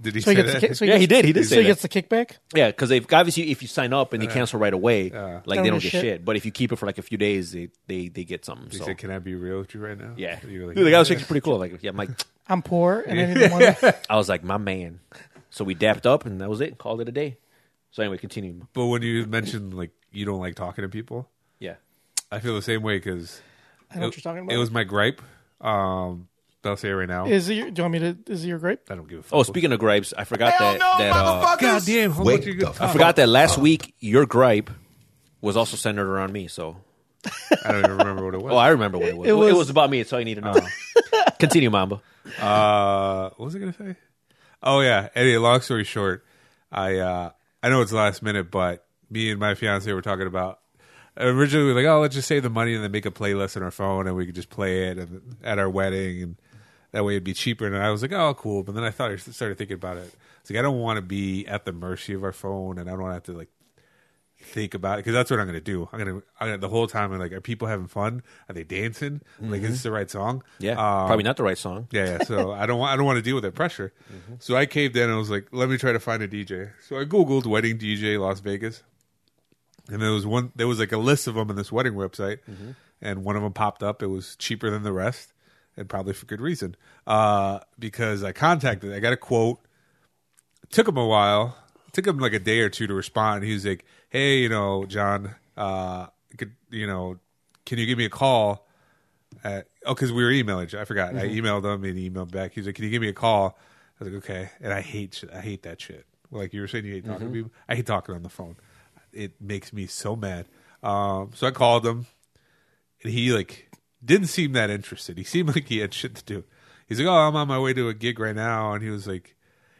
did he so he say gets the that? ki- so Yeah, he did. He did So say he that. gets the kickback. Yeah, because they've obviously if you sign up and they cancel right away, like Don't they don't do get shit. shit. But if you keep it for like a few days, they they, they get something. He So said, "Can I be real with you right now?" yeah, You're like, dude, the guy was actually pretty cool. Like yeah, I'm like I'm poor and I need the money. I was like my man. So we dapped up and that was it. Called it a day. So anyway, continue. But when you mentioned like you don't like talking to people, Yeah. I feel the same way because I know what you're talking about. it was my gripe. Um, but I'll say it right now. is it? Your, do you want me to? Is it your gripe? I don't give a fuck. Oh, speaking of gripes, I forgot that that uh, God damn! How Wait much you the got- fuck I forgot that last week your gripe was also centered around me. So I don't even remember what it was. oh, I remember what it was. It was, was- about me. It's all you need to know. continue, Mamba. Uh, what was I gonna say? Oh yeah. Anyway, long story short, I uh, I know it's last minute, but me and my fiance were talking about originally we were like, oh, let's just save the money and then make a playlist on our phone and we could just play it and, at our wedding and that way it'd be cheaper. And I was like, oh, cool. But then I thought I started thinking about it. It's like I don't want to be at the mercy of our phone and I don't want to have to like think about it because that's what I'm gonna do. I'm gonna, I'm gonna the whole time I'm like, are people having fun? Are they dancing? Like, is this the right song? Mm-hmm. Yeah, Um, Uh, probably not the right song. yeah, yeah. So I don't want I don't want to deal with that pressure. So I caved in and I was like, let me try to find a DJ. So I googled wedding DJ Las Vegas, and there was one. There was like a list of them on this wedding website, and one of them popped up. It was cheaper than the rest, and probably for good reason. Uh, because I contacted, I got a quote. It took him a while. It took him like a day or two to respond. He was like, hey, you know, John, uh, could you know, can you give me a call? at, oh, because we were emailing. each- I forgot. I emailed him and he emailed back. He's like, "Can you give me a call?" I was like, "Okay." And I hate, shit. I hate that shit. Like you were saying, you hate talking to people. I hate talking on the phone. It makes me so mad. Um, so I called him, and he like didn't seem that interested. He seemed like he had shit to do. He's like, "Oh, I'm on my way to a gig right now," and he was like,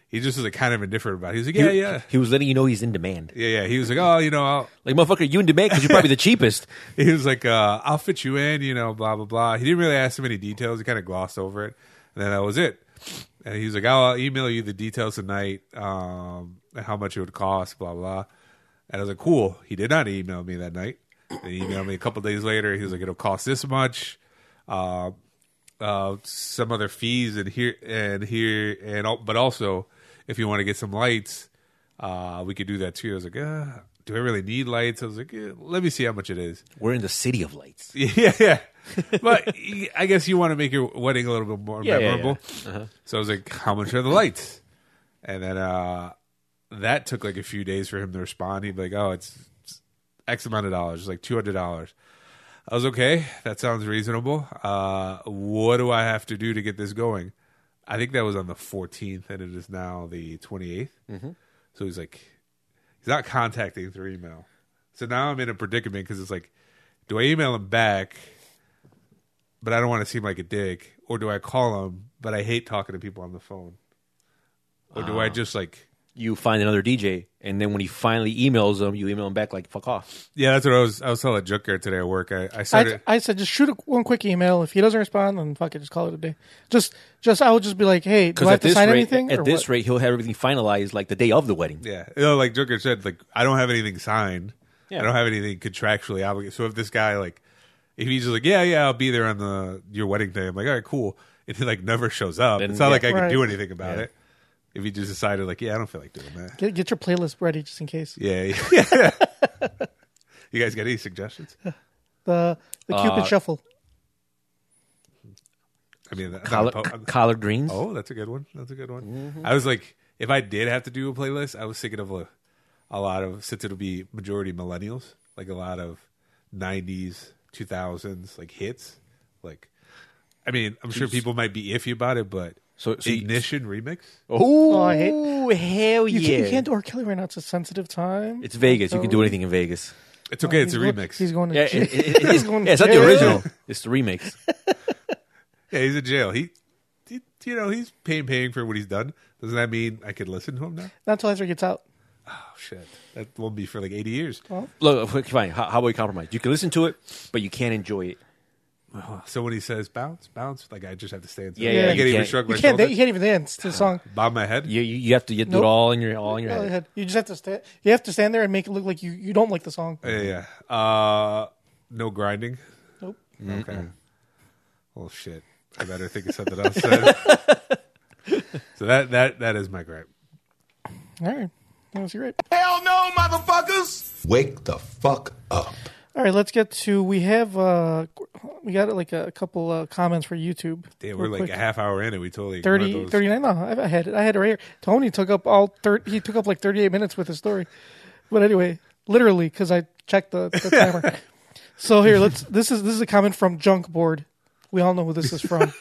he just was like kind of indifferent about. it. He's like, "Yeah, he, yeah." He was letting you know he's in demand. Yeah, yeah. He was like, oh, you know, I'll, Like motherfucker, you in demand because you're probably the cheapest. he was like, uh, I'll fit you in, you know, blah, blah, blah. He didn't really ask so many details. He kind of glossed over it. And then that was it. And he was like, I'll email you the details tonight, um, and how much it would cost, blah, blah. And I was like, cool. He did not email me that night. And he emailed me a couple days later. He was like, it'll cost this much. Uh, uh, some other fees and here and here and al- but also if you want to get some lights, uh, we could do that too. I was like, uh, do I really need lights? I was like, eh, let me see how much it is. We're in the city of lights. Yeah, yeah. But y- I guess you want to make your wedding a little bit more Yeah, Uh-huh. yeah, memorable. So I was like, "How much are the lights?" And then uh, that took like a few days for him to respond. He'd be like, "Oh, it's, it's X amount of dollars, it's like two hundred dollars." I was okay. That sounds reasonable. Uh, what do I have to do to get this going? I think that was on the 14th, and it is now the 28th. Mm-hmm. So he's like, he's not contacting through email. So now I'm in a predicament because it's like, do I email him back? But I don't want to seem like a dick, or do I call him? But I hate talking to people on the phone. Or do I just like? You find another DJ, and then when he finally emails them, you email him back like "fuck off." Yeah, that's what I was. I was telling Junker today at work. I, I I, started. I said just shoot a, one quick email. If he doesn't respond, then fuck it, just call it a day. Just just I would just be like, hey, do Because I at have to this sign rate, anything? at or this what? rate, he'll have everything finalized like the day of the wedding. yeah, you know, like Junker said, like I don't have anything signed. Yeah. I don't have anything contractually obligated. So if this guy like, if he's just like, yeah, yeah, I'll be there on the your wedding day. I'm like, all right, cool. And he like never shows up. Then- it's not yeah. like I can Right. do anything about it. If he just decided like, yeah, I don't feel like doing that. Get, get your playlist ready just in case. Yeah, yeah. you guys got any suggestions? The the Cupid Uh, Shuffle. I mean, I'm not Collard, oppo- I'm- collard greens. oh, that's a good one. That's a good one. I was like, if I did have to do a playlist, I was thinking of a, a lot of since it'll be majority millennials, like a lot of '90s, 2000s, like hits. Like, I mean, I'm sure people might be iffy about it, but So- so you- ignition remix. Oh, I hate- hell You, yeah! can, you can't do Oh. R. Kelly right now. It's a sensitive time. it's Vegas. You can do anything in Vegas. It's okay. it's a He's going- remix. He's going to Yeah, jail. it- it- it's, He's going yeah, it's not the jail. original. It's the remix. yeah, he's in jail. He, he, you know, he's paying paying for what he's done. Doesn't that mean I could listen to him now? Not until after he gets out. Oh shit, that won't be for like eighty years. Look, okay, fine. How, how about we compromise? You can listen to it, but you can't enjoy it. So when he says bounce, bounce, like I just have to stand. Yeah, yeah, I you can't even can't- shrug You my can't, shoulders. you can't even dance Uh, to the song. Bob my head. You you, you have to you do Nope. it all in your all in your Go head. ahead. You just have to stand. You have to stand there and make it look like you, you don't like the song. Yeah, yeah. Uh, no grinding. Nope. Okay. Well, shit. I better think of something else. then. so that that that is my gripe. All right, that was great. Wake the fuck up. All right, let's get to. We have uh, we got like a couple uh, comments for YouTube. Damn, Real we're like quick. a half hour in and we totally ignored 30, those. 39 No, I I had it. I had it right here. Tony took up all thirty. He took up like thirty-eight minutes with his story. But anyway, literally because I checked the, the timer. so here, let's. This is this is a comment from Junk Board. We all know who this is from.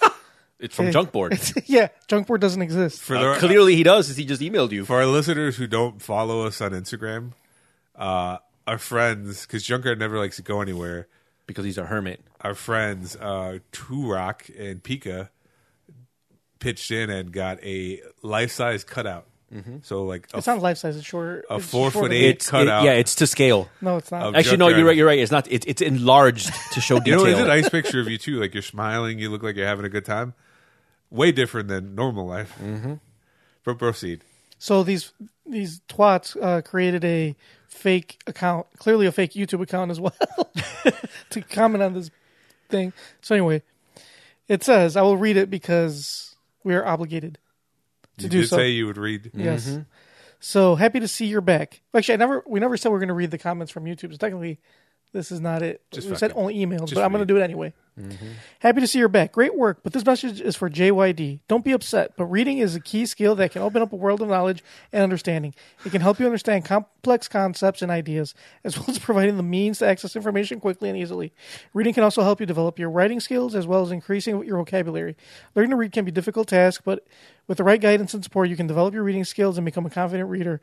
It's from Junkboard. yeah, Junk Board doesn't exist. For, Uh, the, clearly, he does. Is he just emailed you? for our listeners who don't follow us on Instagram, uh, our friends, because Junkyard never likes to go anywhere, because he's a hermit. our friends uh, Two Rock and Pika pitched in and got a life size cutout. So like a, It's not life size. It's short. A it's four shorter foot than- eight. cut it- out. Yeah, it's to scale. No, it's not. Of- Actually, no, Junkyard. you're right. You're right. It's not. It, it's enlarged to show you detail. know, it's a nice picture of you too. Like you're smiling, you look like you're having a good time. Way different than normal life. Mm-hmm. But proceed. So these these twats uh, created a fake account, clearly a fake YouTube account as well, to comment on this thing. So anyway, it says I will read it because we are obligated to You do did so. say you would read. Yes. So happy to see you're back. Actually, I never we never said we are going to read the comments from YouTube. So technically, this is not it. Just we fuck said it. only emails, Just but I'm going read. to do it anyway. Happy to see you're back. Great work, but this message is for JYD. Don't be upset, but reading is a key skill that can open up a world of knowledge and understanding. It can help you understand complex concepts and ideas, as well as providing the means to access information quickly and easily. Reading can also help you develop your writing skills, as well as increasing your vocabulary. Learning to read can be a difficult task, but with the right guidance and support, you can develop your reading skills and become a confident reader.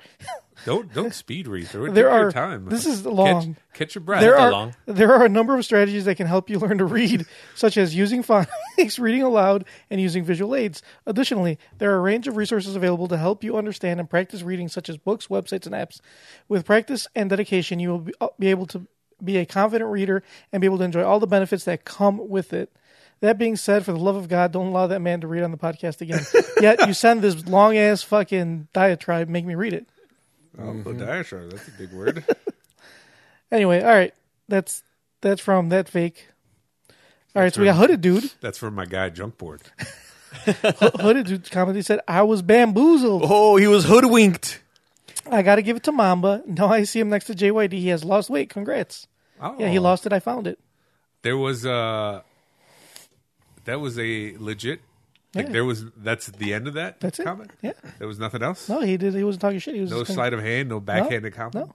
Don't don't speed read through it. There Take your are- time. this is Catch- long. Catch, your breath. there are long. there are a number of strategies that can help you learn to read, such as using phonics, reading aloud, and using visual aids. Additionally, there are a range of resources available to help you understand and practice reading, such as books, websites, and apps. With practice and dedication, you will be, uh, be able to be a confident reader and be able to enjoy all the benefits that come with it. That being said, for the love of God, don't allow that man to read on the podcast again. Yet you send this long ass fucking diatribe, make me read it. Oh, podiatry, That's a big word. Anyway, all right, that's that's from that fake. All right, so we got hooded dude. That's from my guy Junkboard. Hooded dude comedy said, "I was bamboozled. Oh, he was hoodwinked. I got to give it to Mamba. Now I see him next to JYD. He has lost weight. Congrats. Oh, Yeah, he lost it. I found it. There was uh that was a legit. Like Yeah. there was that's the end of that. That's it. comment. Yeah. There was nothing else. No, he did. He wasn't talking shit. He was no just con- sleight of hand, no backhanded compliment.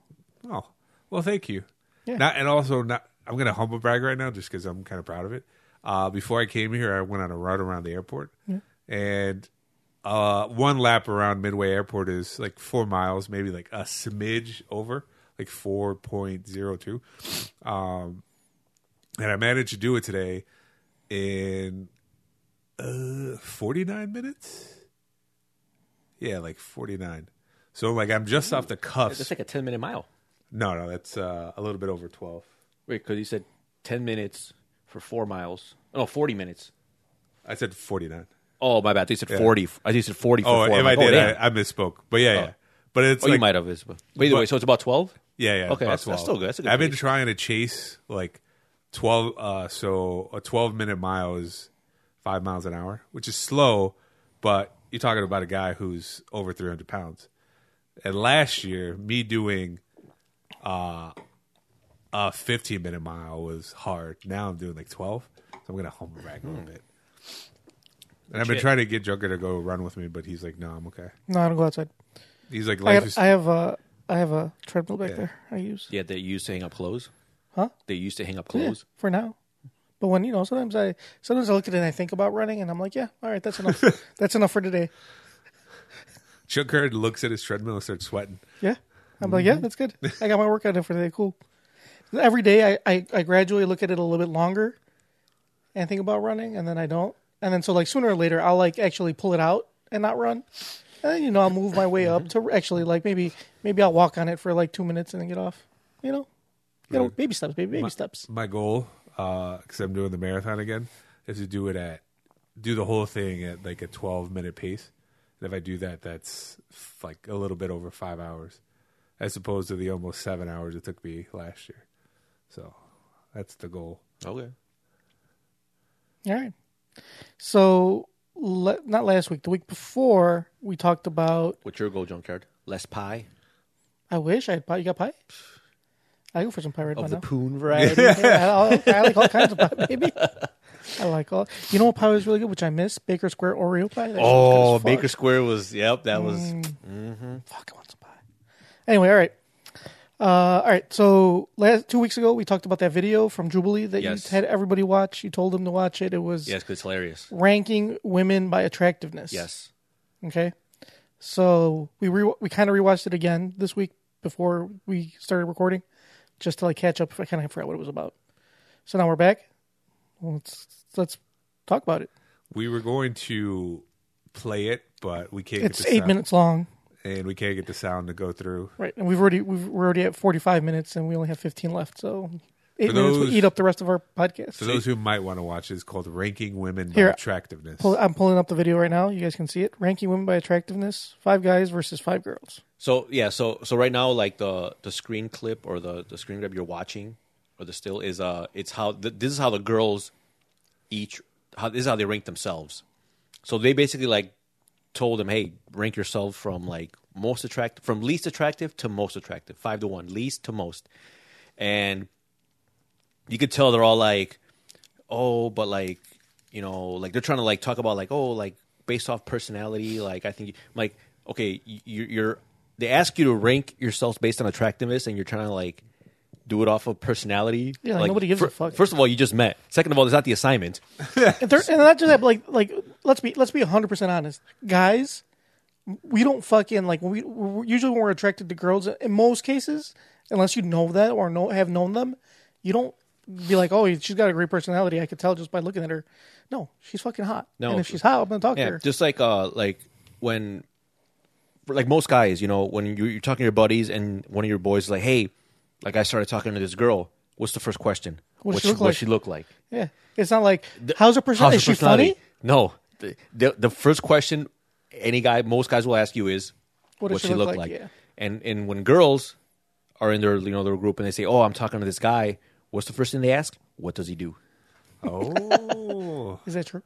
Oh, well, thank you. Yeah. Not, and also, not, I'm going to humble brag right now just because I'm kind of proud of it. Uh, before I came here, I went on a route around the airport, and uh, one lap around Midway Airport is like four miles, maybe like a smidge over, like four point zero two. Um, and I managed to do it today in uh, 49 minutes. Yeah, like 49. So like I'm just off the That's cuffs. like a ten minute mile. No, no, that's uh, a little bit over 12. Wait, because he said ten minutes for four miles. No, forty minutes. I said 49. Oh, my bad. I think he said forty. I think he said forty. For Oh, four. if I'm I like, oh, did, damn. I, I misspoke. But yeah, yeah. But it's oh, like you might have. is- But but either way, But- so it's about twelve. Yeah, yeah. Okay, about that's- that's 12. still good. That's a good I've been pace. trying to chase like twelve. Uh, so a twelve minute mile is five miles an hour, which is slow, but you're talking about a guy who's over 300 pounds. And last year, me doing uh, a 15 minute mile was hard. Now I'm doing like 12, so I'm gonna humble back a Hmm. little bit. And I've been trying to get Joker to go run with me, but he's like, "No, I'm okay." No, I don't go outside. He's like, I, "Life is got, I have a I have a treadmill back Yeah. there. I use Yeah, they used to hang up clothes. Huh? They used to hang up Yeah, clothes. for now. But when you know, sometimes I sometimes I look at it and I think about running, and I'm like, yeah, all right, that's enough. that's enough for today. Chuck Hurd looks at his treadmill and starts sweating. Yeah. I'm like, Mm-hmm. yeah, that's good. I got my workout in for the day. Cool. Every day I, I, I gradually look at it a little bit longer and think about running and then I don't. And then so like sooner or later I'll like actually pull it out and not run. And then, you know, I'll move my way up Mm-hmm. to actually like maybe maybe I'll walk on it for like two minutes and then get off. You know? You know, baby steps, baby, baby steps. my goal because I'm doing the marathon again is to do it at do the whole thing at like a 12 minute pace. And if I do that, that's f- like a little bit over five hours, as opposed to the almost seven hours it took me last year. So that's the goal. Okay. All right. So le- not last week, the week before we talked about What's your goal, junkyard? Less pie. I wish I had pie. You got pie? I go for some pirate of one the now. poon variety. yeah, I, I like all kinds of pie, baby. I like all. You know what pie was really good, which I miss? Baker Square Oreo pie. That shit was good Oh, as fuck. Baker Square was. Yep, that was. Fuck, I want some pie. Anyway, all right. Uh, all right. So last two weeks ago, we talked about that video from Jubilee that Yes. you had everybody watch. You told them to watch it. It was Yes, 'cause it's hilarious. ranking women by attractiveness. Yes, Okay. So we re- we kind of rewatched it again this week before we started recording, just to like catch up. I kind of forgot what it was about. So now we're back. Let's let's talk about it. We were going to play it, but we can't. It's get the eight sound, minutes long, and we can't get the sound to go through. right? And we've already we've, we're already at forty five minutes, and we only have fifteen left. So eight For minutes those- would eat up the rest of our podcast. For those who might want to watch, it's called "Ranking Women by Here, Attractiveness." Pull- I'm pulling up the video right now. You guys can see it. Ranking women by attractiveness: five guys versus five girls. So yeah, so so right now, like the the screen clip or the the screen grab you're watching or the still is uh, it's how th- this is how the girls each how this is how they rank themselves. So they basically like told them, hey, rank yourself from like most attractive from least attractive to most attractive, five to one, least to most, and you could tell they're all like, oh, but like, you know, like they're trying to like talk about like, oh, like based off personality, like I think, you- like, okay, you, you're, they ask you to rank yourselves based on attractiveness, and you're trying to like do it off of personality. Yeah, like, nobody gives a fuck. First of all, you just met. Second of all, it's not the assignment. And, they're, and not just that, but like like let's be let's be hundred percent honest, guys. We don't fucking like when we we're- usually when we're attracted to girls. In most cases, unless you know that or know have known them, you don't be like, oh, she's got a great personality. I could tell just by looking at her. No, she's fucking hot. No. and if she's hot, I'm gonna talk Yeah, to her. just like uh, like when, for- like most guys, you know, when you, you're talking to your buddies and one of your boys is like, "Hey, like I started talking to this girl. What's the first question? What she she, look what like?" she look like? yeah, it's not like how's her personality? her Is she personality? funny? No. The, the the first question any guy, most guys will ask you is, What "What does she, look, like?" yeah. And and when girls are in their you know their group and they say, "Oh, I'm talking to this guy," what's the first thing they ask? What does he do? oh, Is that true?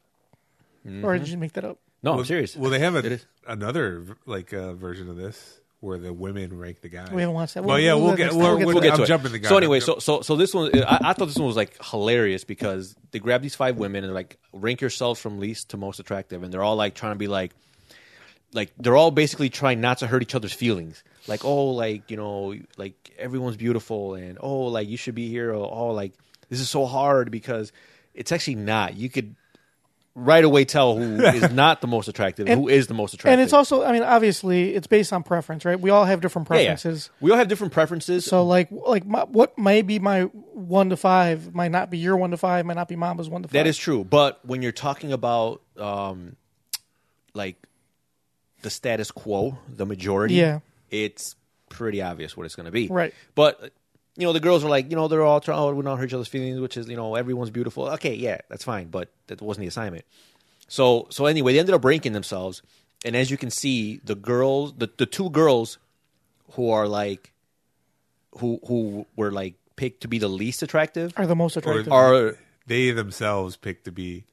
Mm-hmm. Or did you make that up? No, I'm serious. Well, they have It a, is. another like uh, version of this where the women rank the guys. We haven't watched that. Well, We'll- yeah, we'll we'll do that get next we're, time. We'll we're, get to I'm it. jumping the gun. So anyway, I'm so so so this one, uh, I, I thought this one was like hilarious because they grabbed these five women and like rank yourselves from least to most attractive, and they're all like trying to be like, like they're all basically trying not to hurt each other's feelings. Like oh, like you know, like everyone's beautiful, and oh, like you should be here. Or, oh, like this is so hard because it's actually not. You could right away tell who is not the most attractive, and, who is the most attractive, And it's also, I mean, obviously, it's based on preference, right? We all have different Yeah, yeah. preferences. We all have different preferences. So like like my, what may be my one to five might not be your one to five, might not be Mama's one to five. That is true, but when you're talking about um, like the status quo, the majority, Yeah. it's pretty obvious what it's going to be, Right. But you know, the girls are like, you know, they're all trying, oh, we don't hurt each other's feelings, which is you know, everyone's beautiful. Okay, yeah, that's fine, but that wasn't the assignment. So, so anyway, they ended up ranking themselves, and as you can see, the girls, the, the two girls who are like, who who were like picked to be the least attractive are the most Or attractive. are they themselves pick to be.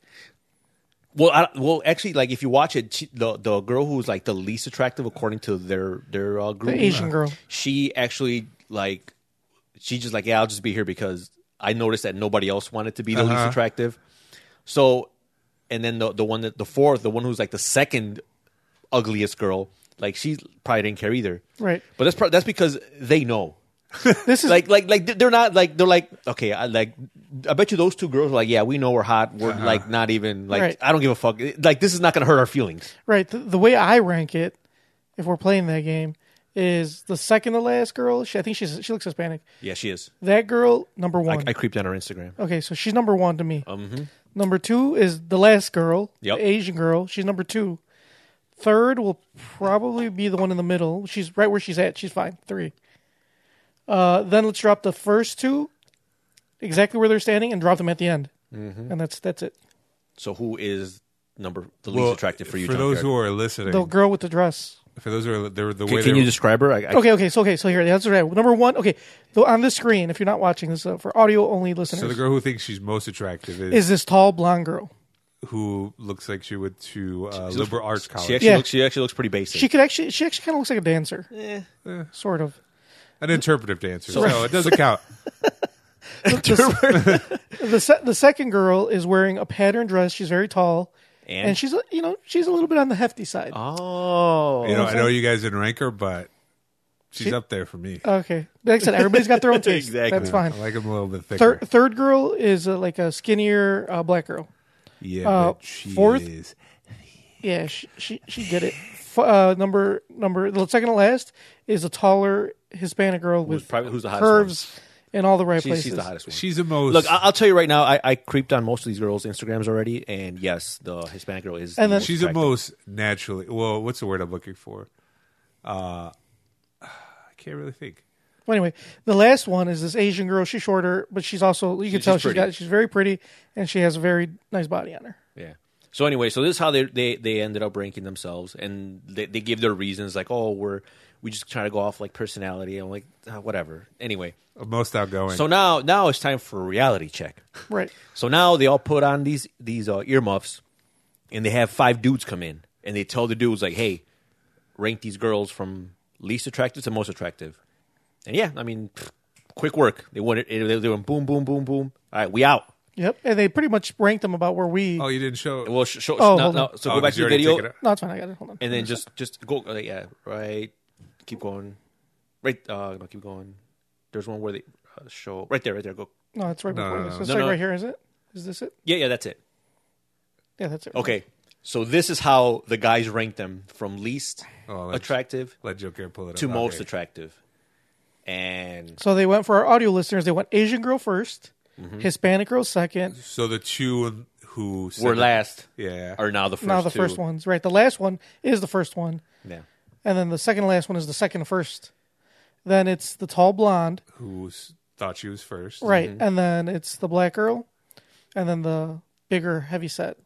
Well, I, well, actually, like if you watch it, she, the the girl who's like the least attractive according to their their uh, group, Asian girl. she actually like she just like yeah, I'll just be here because I noticed that nobody else wanted to be the least Uh-huh. attractive. So, and then the the one that the fourth, the one who's like the second ugliest girl, like she probably didn't care either, Right. But that's pro- that's because they know this is like like like they're not like they're like okay I like I bet you those two girls are like yeah we know we're hot we're like not even like Right. I don't give a fuck like this is not gonna hurt our feelings right. The, the way I rank it, if we're playing that game, is the second to last girl. She, I think she's she looks Hispanic. yeah she is That girl number I, one. I creeped on her Instagram okay, so she's number one to me. Mm-hmm. Number two is the last girl, Yep. the Asian girl. She's number two. Third will probably be the one in the middle. She's right where she's at. She's fine. Three. Uh, then let's drop the first two exactly where they're standing and drop them at the end. Mm-hmm. And that's that's it. so who is number the Well, least attractive for you For Tom those Kerr? who are listening, The girl with the dress. for those who are they're the can, way Oh, can they're- you describe her I, I, Okay, okay, so okay, so here that's right. Number one, okay, though on the screen, if you're not watching this uh, for audio only listeners, So the girl who thinks she's most attractive is, is this tall blonde girl. who looks like she went to uh, liberal arts college. she actually Yeah. looks she actually looks pretty basic Eh. She could actually she actually kind of looks like a dancer. Sort of. an interpretive dancer, so, it doesn't count. The se- the second girl is wearing a pattern dress. She's very tall, And? and, she's a- you know she's a little bit on the hefty side. Oh, You know, I know you guys didn't rank her, but she's up there for me. Okay, like I said, everybody's got their own taste. Exactly. that's I Oh, fine. like him a little bit thicker. Third third girl is uh, like a skinnier uh, black girl. yeah, uh, but she fourth- is- Yeah, she she, she did it. F- uh, number number the second to last is a taller Hispanic girl Who's with probably- who's the hottest curves in all the right She, places. she's the hottest one. she's the most. Look, I- I'll tell you right now, I, I creeped on most of these girls' Instagrams already, and yes, the Hispanic girl is. And the then- she's the attractive. most naturally. Well, what's the word I'm looking for? Uh, I can't really think. Well, anyway, the last one is this Asian girl. She's shorter, but she's also you can She's tell pretty. she's got she's very pretty and she has a very nice body on her. Yeah. So anyway, so this is how they they, they ended up ranking themselves, and they, they give their reasons like, oh, we're we just try to go off like personality. I'm like, "Ah, whatever. Anyway, Uh, Most outgoing. so now now it's time for a reality check. Right. So now they all put on these these uh, earmuffs, and they have five dudes come in, and they tell the dudes like, "Hey, rank these girls from least attractive to most attractive." And yeah, I mean, pfft, quick work. They went it, they, they went boom, boom, boom, boom. All right, we out. Yep. And they pretty much ranked them about where we. oh, you didn't show. Well, sh- sh- Oh, no, hold no. on. So Oh, go back did to the you already video, take it out? no, it's fine. I got it. Hold on. and then just just go. uh, yeah, right. Keep going. Right. Uh, no, keep going. There's one where they uh, show right there, right there. Go. no, it's right No, before no, this. no. It's No, like no. right here. Is it? Is this it? Yeah, yeah, that's it. Yeah, that's it. Okay. So this is how the guys rank them from least Oh, that's- attractive Let Joker pull it up. to most Okay. attractive. And So they went for our audio listeners. They went Asian girl 1st Mm-hmm. Hispanic girl second. So the two who said we're it- last Yeah. are now the first now the two. first one's right. The last one is the first one, Yeah. and then the second to last one is the second to first. Then it's the tall blonde, Mm-hmm. who s- thought she was first. right, and then it's the black girl, and then the bigger heavy set.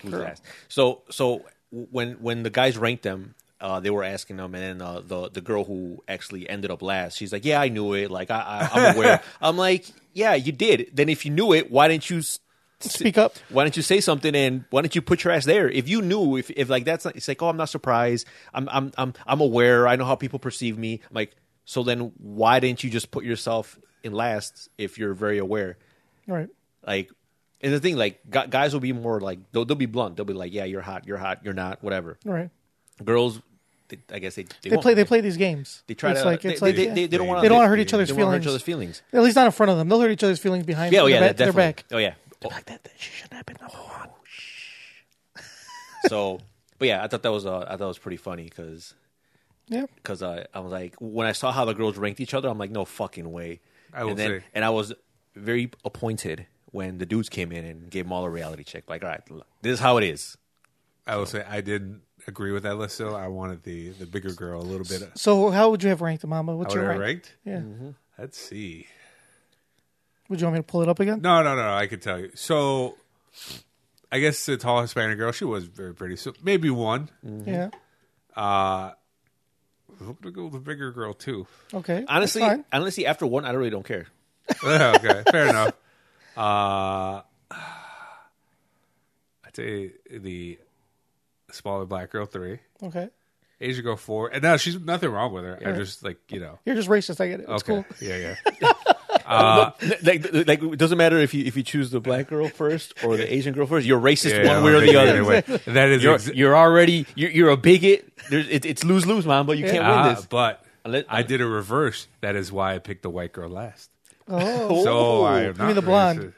Who's last? So so when when the guys ranked them, uh, they were asking them, and then uh, the the girl who actually ended up last, she's like, "Yeah, I knew it. Like I, I I'm aware." I'm like, "Yeah, you did. Then if you knew it, why didn't you?" s- Speak up. Why didn't you say something and why didn't you put your ass there? If you knew, if, if like that's not, it's like, oh, I'm not surprised. I'm I'm I'm I'm aware. I know how people perceive me. I'm like, so then why didn't you just put yourself in last if you're very aware? Right. like and the thing like gu- guys will be more like they'll, they'll be blunt they'll be like yeah you're hot you're hot you're not whatever Right. girls they, i guess they they, They won't. play. They play these games. they try it's to like they, it's they, like they, they, they don't want They don't wanna hurt each other's they don't wanna hurt each feelings. other's feelings at least not in front of them. They'll hurt each other's feelings behind. yeah oh their yeah back, that their definitely back. oh yeah Oh, Like that, that should have been number one. so but yeah i thought that was uh, i thought it was pretty funny because Yeah. because uh, I was like, when I saw how the girls ranked each other, I'm like, no fucking way. I will and then, say. and I was very appointed when the dudes came in and gave them all a reality check. Like, all right, look, this is how it is. I will say I didn't agree with that list. Still, I wanted the the bigger girl a little bit. So how would you have ranked them, Mama? I What's would your have rank? ranked. Yeah. Mm-hmm. Let's see. Would you want me to pull it up again? No, no, no. I could tell you. So, I guess the tall Hispanic girl. She was very pretty. So maybe one. Yeah. I'm gonna Mm-hmm. go with the bigger girl too. Okay. that's Honestly, fine. honestly, after one, I really don't care. okay, fair enough. Uh, I'd say the smaller black girl three, Okay. Asian girl four, and no, she's nothing wrong with her. I just like you know. You're just racist. I get it. It's okay. cool. Yeah, yeah. like, like it doesn't matter if you if you choose the black girl first or the Asian girl first. You're racist Yeah, one way or okay, the yeah, other. anyway. That is You're exa- you're already you're, you're a bigot. There's, it, it's lose lose, man. But you can't Ah, win this. but Unless- I did a reverse. That is why I picked the white girl last. Oh, So I You am not mean the blonde? racist.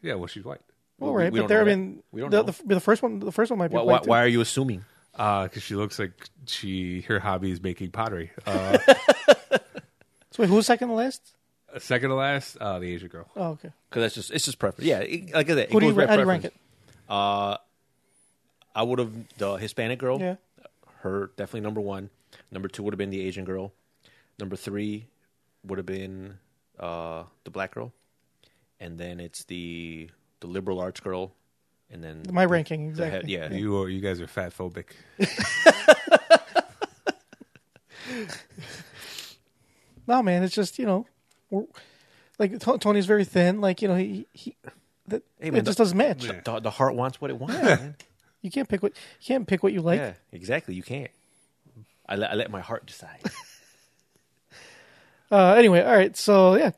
Yeah, well, she's white all we- right. we But there, I don't know that. mean, We don't the, know. the, the first one, the first one might be Why, why, white, too. why are you assuming? because Uh, she looks like she her hobby is making pottery. Uh, So wait, who's second on the list? second to last, uh, the Asian girl. Oh, okay. Because that's just it's just preference. Yeah, it, like I said, it Who do you, goes by how do you rank preference. Uh, it? I would have the Hispanic girl. Yeah. Her definitely number one. Number two would have been the Asian girl. Number three would have been uh, the black girl, and then it's the the liberal arts girl, and then My ranking the head- exactly. yeah, You are, you guys are fat phobic. No, man, it's just you know, we're, like T- Tony's very thin. Like you know, he he. That, Hey, man, it just the- doesn't match. The- The, the heart wants what it wants. man. You can't pick what you can't pick what you like. Yeah, exactly. You can't. I let, I let my heart decide. Uh, anyway, all right. So yeah,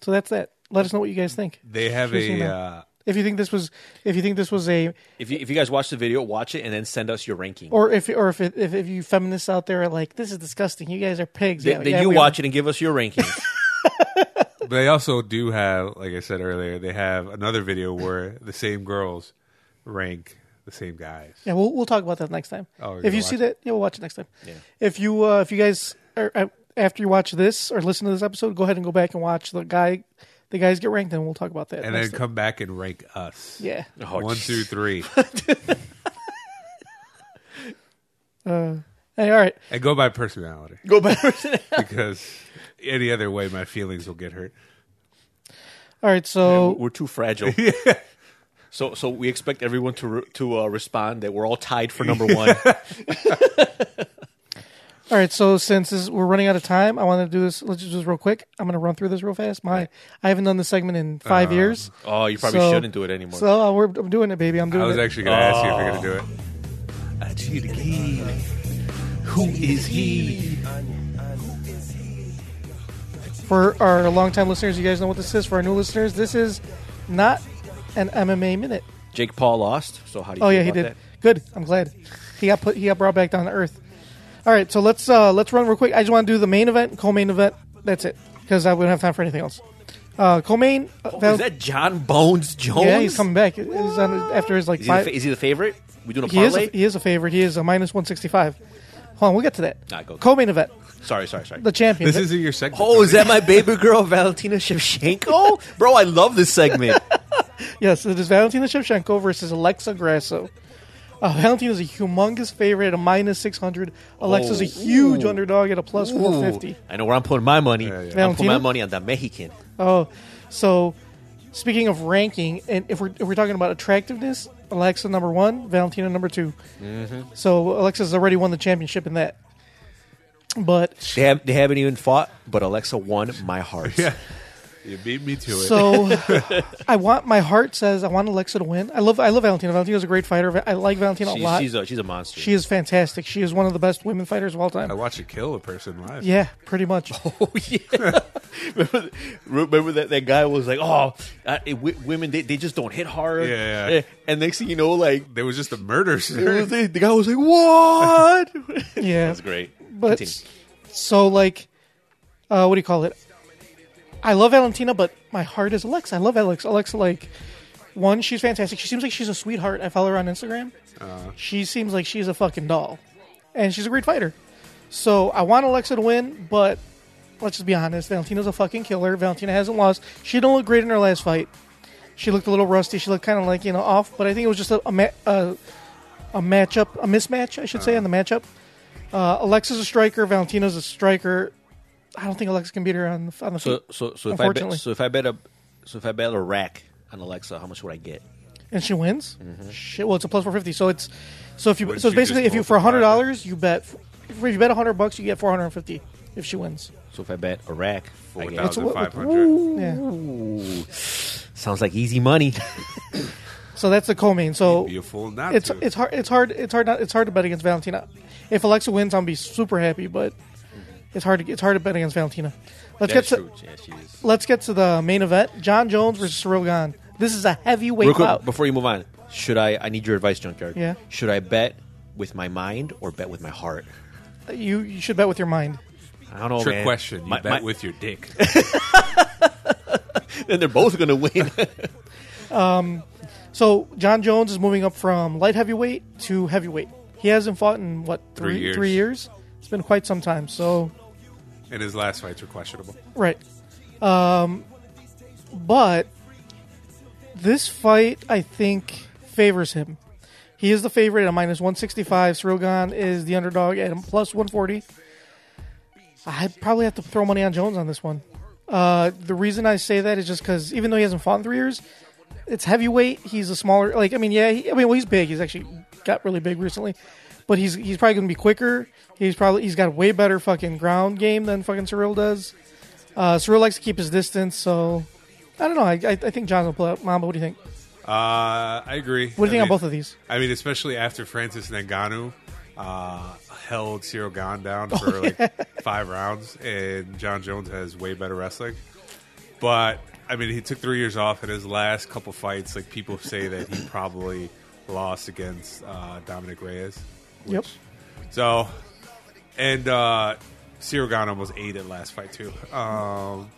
so that's that. Let us know what you guys think. They have Shoot us an a email. uh, if you think this was if you think this was a If you, if you guys watch the video, watch it and then send us your ranking. or if or if it, if, if you feminists out there are like this is disgusting. You guys are pigs. Th- yeah, then yeah, you we watch are. it and give us your rankings. uh, they also do have, like I said earlier, they have another video where the same girls rank the same guys. Yeah, we'll we'll talk about that next time. Oh, we're if gonna you see watch that, yeah, we'll watch it next time. If you uh, if you guys are, uh, after you watch this or listen to this episode, go ahead and go back and watch the guy the guys get ranked, and we'll talk about that. And next then time. come back and rank us. yeah. Oh, One, two, three. Hey, all right. and go by personality Go back. because any other way, my feelings will get hurt. All right. So We're too fragile. So so we expect everyone to re- to uh, respond that we're all tied for number one. All right, so since this, we're running out of time, I want to do this. Let's just do this real quick. I'm going to run through this real fast. My, I haven't done this segment in five years. oh, you probably So- shouldn't do it anymore. So uh, we're, I'm doing it, baby. I'm doing I was it. actually going to ask you if you're going to do it. Who is he? For our longtime listeners, you guys know what this is. For our new listeners, this is not an MMA minute. Jake Paul lost. So how do you? Oh feel yeah, he about did. that? Good. I'm glad he got put. He got brought back down to earth. All right, so let's uh, let's run real quick. I just want to do the main event, co-main event. That's it because I wouldn't have time for anything else. Uh, co-main. Uh, Val- Oh, Is that John Bones Jones? yeah, he's coming back. He's on, after his like Is he, the, five. fa- is he the favorite? We doing a He is, parlay? a, he is a favorite. He is a minus 165. Hold on, we'll get to that. Nah, go. Co-main event, sorry, sorry, sorry. the champion. This isn't your segment. oh, is that my baby girl Valentina Shevchenko? Bro, I love this segment. yes, it is Valentina Shevchenko versus Alexa Grasso. Uh, Valentina is a humongous favorite at a minus 600. Alexa's a Oh. huge underdog at a plus Ooh. 450. I know where I'm putting my money. yeah. I'm putting Valentina? my money on the Mexican. Oh, so speaking of ranking, and if we're, if we're talking about attractiveness, Alexa number one, Valentina number 2 Mm-hmm. So Alexa's already won the championship in that. But They, have, they haven't even fought, but Alexa won my heart. Yeah. You beat me to it. So I want my heart says I want Alexa to win. I love I love Valentina. Valentina's a great fighter. I like Valentina a She's, lot. she's a she's a monster. she is fantastic. She is one of the best women fighters of all I time. watch you kill a person live. Yeah, pretty much. Oh yeah. remember, remember that that guy was like, "Oh, uh, it- w- women they, they just don't hit hard." Yeah. Eh, And next thing you know, like There was just a murder it scene. was, the, the guy was like, "What?" Yeah, That's great. but Continue. so like, uh, what do you call it? I love Valentina, but my heart is Alexa. I love Alexa. Alexa, like, one, she's fantastic. She seems like she's a sweetheart. I follow her on Instagram. Uh-huh. she seems like she's a fucking doll, and she's a great fighter. So I want Alexa to win, but let's just be honest. Valentina's a fucking killer. Valentina hasn't lost. She didn't look great in her last fight. She looked a little rusty. She looked kind of like you know off, but I think it was just a a, ma- a, a matchup, a mismatch, I should say, on the matchup. Uh, Alexa's a striker. Valentina's a striker. I don't think Alexa can beat her on the on the So feet. so so if I bet Unfortunately. so if I bet a so if I bet a rack on Alexa, how much would I get? and she wins. Shit, well, it's a plus four fifty. So it's so if you Wouldn't so it's you just basically if you for multiply hundred it? dollars you bet if you bet hundred bucks you get four hundred and fifty if she wins. So if I bet a rack, I get- That's what- 4,500. Yeah. Ooh. sounds like easy money. So that's the co-main. So Be a fool not it's to. it's hard it's hard it's hard not, it's hard to bet against Valentina. If Alexa wins, I'll be super happy. But it's hard to, it's hard to bet against Valentina. Let's That's get to true. Yeah, she Mm-hmm. is. let's get to the main event: John Jones versus Cyril Gahn. This is a heavyweight Real quick, bout. before you move on, should I? I need your advice, Junkyard. Yeah. Should I bet with my mind or bet with my heart? You you should bet with your mind. I don't know, Trick man. question. You My- bet my- with your dick. then they're both going to win. So John Jones is moving up from light heavyweight to heavyweight. He hasn't fought in what three Three years. three years? It's been quite some time. So and his last fights were questionable. right, um, but this fight I think favors him. He is the favorite at minus one sixty five. Srogan is the underdog at a plus one forty. I'd probably have to throw money on Jones on this one. Uh, the reason I say that is just because even though he hasn't fought in three years, it's heavyweight. He's a smaller, like I mean, yeah, he, I mean, well, he's big. He's actually got really big recently, but he's he's probably going to be quicker. He's probably he's got a way better fucking ground game than fucking Cyril does. Uh, Cyril likes to keep his distance, so I don't know. I, I, I think John's will pull out. Mamba, what do you think? Uh, I agree. What do you I think mean- on both of these? I mean, especially after Francis Ngannou uh, held Cyril Gahn down for like five rounds, and John Jones has way better wrestling. But I mean, he took three years off, and his last couple fights, like people say that he probably lost against uh, Dominic Reyes. Yep. So, and uh, Cyril Gahn almost ate it last fight too um,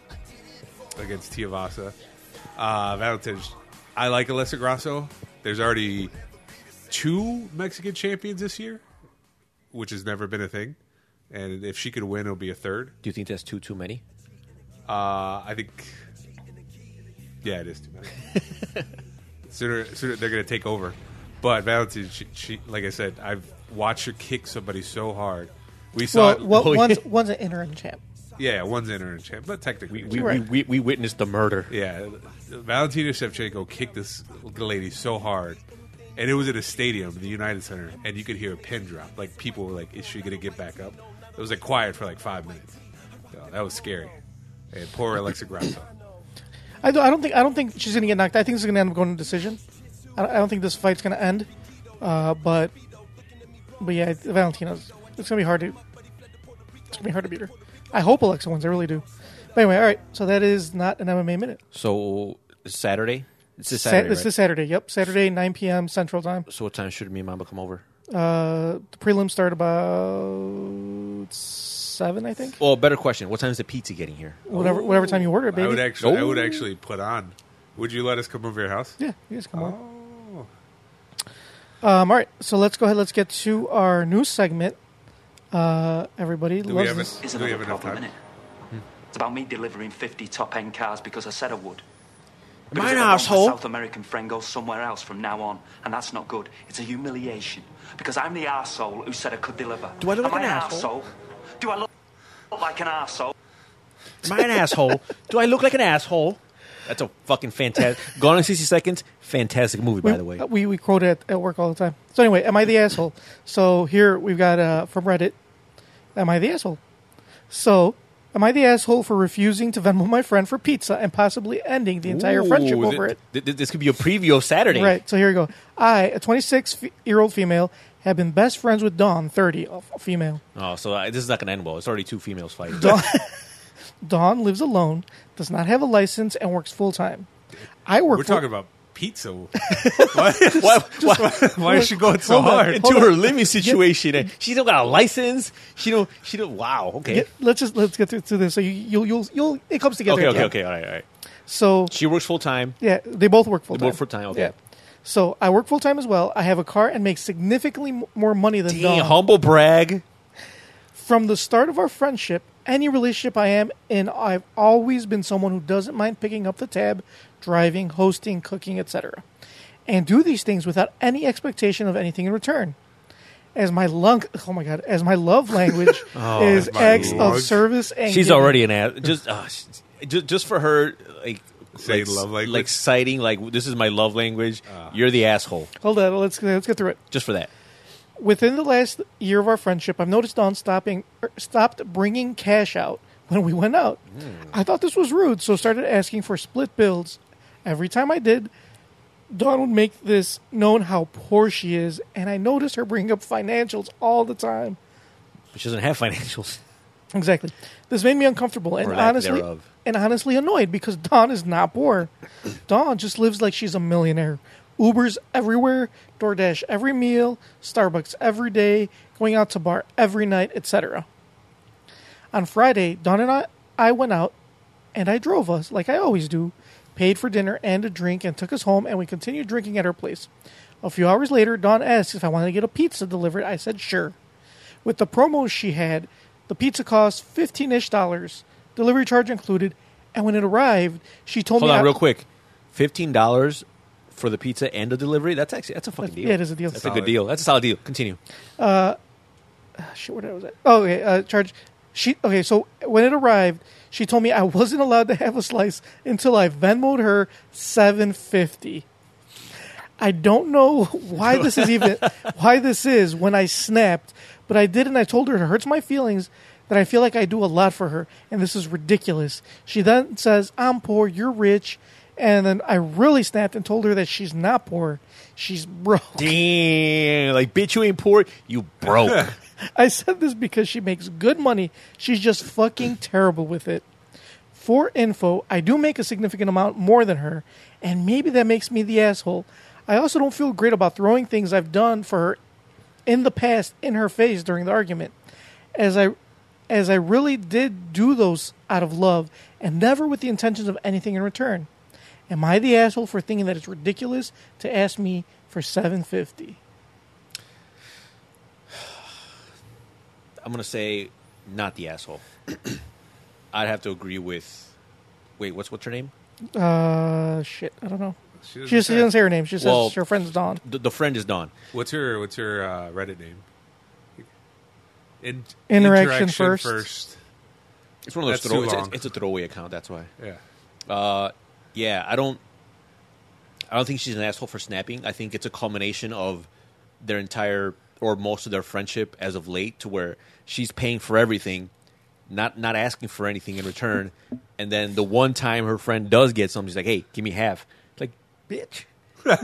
against Tiavasa. Uh, Valentin, I like Alessa Grasso. There's already two Mexican champions this year, which has never been a thing. And if she could win, it'll be a third. Do you think that's too too many? Uh, I think, yeah, it is too many. sooner, sooner they're going to take over. But Valentin, she, she, like I said, I've watched her kick somebody so hard. We Well, saw, it, well oh, yeah. one's, one's an interim champ. yeah, one's interim champ, but technically, We we, Right. we, we, we witnessed the murder. Yeah, Valentina Shevchenko kicked this lady so hard, and it was at a stadium, the United Center, and you could hear a pin drop. Like people were like, "Is she gonna get back up?" It was like quiet for like five minutes. So, that was scary. And poor Alexa Grasso. I don't, I don't think I don't think she's going to get knocked. out. I think this is going to end up going to decision. I don't, I don't think this fight's going to end. Uh, but but yeah, it's- Valentina's. It's going to be hard to. It's going to be hard to beat her. I hope Alexa wins. I really do. But anyway, all right. So that is not an MMA minute. So Saturday, it's this Sa- Saturday, this right? is Saturday. Yep, Saturday, 9 p.m. Central Time. so what time should me and Mamba come over? Uh, the prelims start about seven, I think. Well, Oh, better question. What time is the pizza getting here? Whatever, whatever time you order, it, I baby. would actually, I Oh. would actually put on. Would you let us come over to your house? Yeah, you guys come on. Oh. Um, all right, so let's go ahead. Let's get to our news segment. Uh, everybody Do we loves have, this. en- is do we another have enough problem, time? innit? It's about me delivering 50 top end cars because I said I would. Am I Because an if I don't, my asshole? South American friend goes somewhere else from now on, and that's not good. It's a humiliation because I'm the arsehole who said I could deliver. Do I look Am like I an an asshole? arsehole? Do I look look like an arsehole? Am I an asshole? Do I look like an asshole? That's a fucking fantastic. Gone in sixty seconds. Fantastic movie, by the way. Uh, we we quote it at, at work all the time. So anyway, am I the asshole? So here we've got uh, from Reddit. Am I the asshole? So am I the asshole for refusing to Venmo my friend for pizza and possibly ending the entire Ooh, friendship thi- over it? thi- thi- this could be a preview of Saturday. Right. So here we go. I, a 26 fe- year old female, have been best friends with Dawn, 30, a f- female. Oh, so I, this is not going to end well. It's already two females fighting. Dawn lives alone, does not have a license, and works full time. I work. We're full- talking about pizza. why, Why- why- why is she going so Hold on. hard? into her living situation, and she don't got a license. She don't. She don't. Wow. Okay. Yeah, let's just let's get to, to this. So you, you'll you'll you'll it comes together. okay. at Okay. the end. Okay. All right. All right. So She works full time. yeah, they both work full time. both full-time, okay. So I work full time as well. I have a car and make significantly m- more money than Damn, Dawn. humble brag. From the start of our friendship, any relationship I am in, I've always been someone who doesn't mind picking up the tab, driving, hosting, cooking, etc. And do these things without any expectation of anything in return. As my lung, oh my god, as my love language is my acts lung. of service and She's giving. already an ass. Just, uh, just, just for her, like, Say like, love language? like citing, like, this is my love language. You're the asshole. Hold on, let's let's get through it. Just for that. Within the last year of our friendship, I've noticed Dawn stopping er, stopped bringing cash out when we went out. I thought this was rude, so started asking for split bills. Every time I did, Dawn would make this known how poor she is, and I noticed her bringing up financials all the time. But she doesn't have financials. Exactly. This made me uncomfortable and Or lack honestly thereof. and honestly annoyed because Dawn is not poor. Dawn just lives like she's a millionaire. Ubers everywhere, DoorDash every meal, Starbucks every day, going out to bar every night, etc. On Friday, Dawn and I, I went out and I drove us like I always do, paid for dinner and a drink and took us home and we continued drinking at her place. A few hours later, Dawn asked if I wanted to get a pizza delivered. I said sure. With the promos she had, the pizza cost 15-ish dollars, delivery charge included, and when it arrived, she told Hold me on, I- real quick. Fifteen dollars for the pizza and the delivery. That's actually that's a fucking deal. yeah, it is a deal. That's a Solid. good deal. That's a solid deal. Continue. shit, where was I? Oh, okay, uh, charge. She okay. So when it arrived, she told me I wasn't allowed to have a slice until I Venmoed her seven fifty. I don't know why this is even why this is when I snapped, but I did, and I told her it hurts my feelings that I feel like I do a lot for her, and this is ridiculous. She then says, "I'm poor, you're rich," and then I really snapped and told her that she's not poor, she's broke. Damn, like bitch, you ain't poor. You broke. I said this because she makes good money. She's just fucking terrible with it. For info, I do make a significant amount more than her, and maybe that makes me the asshole. I also don't feel great about throwing things I've done for her in the past in her face during the argument. As I as I really did do those out of love and never with the intentions of anything in return. Am I the asshole for thinking that it's ridiculous to ask me for 750? I'm gonna say not the asshole. I'd have to agree with. Wait, what's what's her name? Uh, shit. I don't know. She She, doesn't just say. she doesn't say her name. She says Well- her friend's Dawn. The, the friend is Dawn. What's her What's her uh, Reddit name? In- Interaction first. It's one of those That's too throw, it's, long. it's a throwaway account. That's why. Yeah. Yeah, I don't. I don't think she's an asshole for snapping. I think it's a culmination of their entire or most of their friendship as of late, to where she's paying for everything, not not asking for anything in return, and then the one time her friend does get something, she's like, "Hey, give me half." Like, bitch.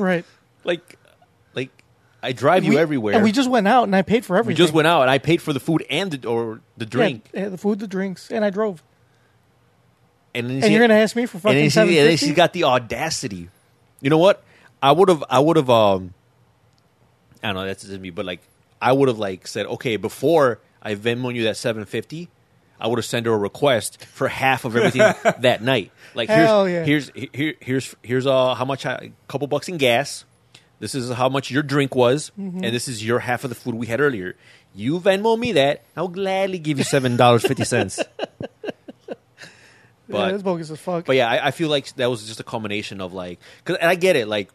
right. Like, like I drive you We- everywhere. And we just went out and I paid for we everything. just went out, and I paid for the food and the or the Yeah, drink. yeah, the food, the drinks, and I drove. And, then And you're gonna ask me for fucking and then, she, and then 750? she's got the audacity. You know what? I would have. I would have. Um, I don't know. That's just me. But like, I would have like said, okay, before I Venmo you that seven fifty, I would have sent her a request for half of everything that night. Like, Hell yeah. here's here's he- here, here's here's uh how much I, a couple bucks in gas. This is how much your drink was, Mm-hmm. and this is your half of the food we had earlier. You Venmo me that, I'll gladly give you seven dollars fifty cents. yeah, that's bogus as fuck. But yeah, I, I feel like that was just a culmination of like, cause and I get it, like,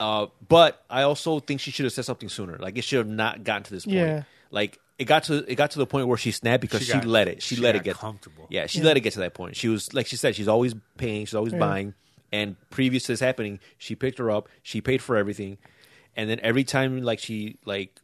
uh, but I also think she should have said something sooner. Like it should have not gotten to this point. Yeah. Like it got to it got to the point where she snapped because She she, got- let it. She, she let got it get comfortable. Yeah, she Yeah. let it get to that point. She was like she said, she's always paying, she's always Yeah. buying. And previous to this happening, she picked her up, she paid for everything, and then every time like she like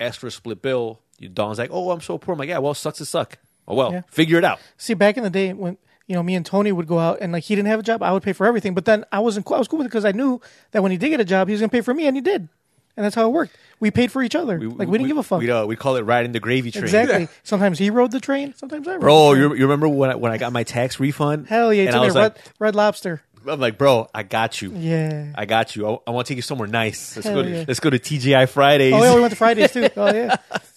asked for a split bill, Dawn's like, "Oh, I'm so poor." I'm like, "Yeah, well, sucks to suck. Oh well, Yeah. figure it out." See, back in the day when you know me and Tony would go out and like he didn't have a job, I would pay for everything. But then I wasn't cool. I was cool with it because I knew that when he did get a job, he was gonna pay for me, and he did. And that's how it worked. We paid for each other. like we didn't give a fuck. We uh, we call it riding the gravy train. Exactly. Sometimes he rode the train. Sometimes I rode. the Bro, train. you, you remember when I, when I got my tax refund? hell yeah! And took I me was to like, red, red Lobster. I'm like, bro, I got you. Yeah. I got you. I, want to take you somewhere nice. Let's Hell go. To, yeah. Let's go to TGI Fridays. Oh yeah, we went to Fridays too. Oh yeah,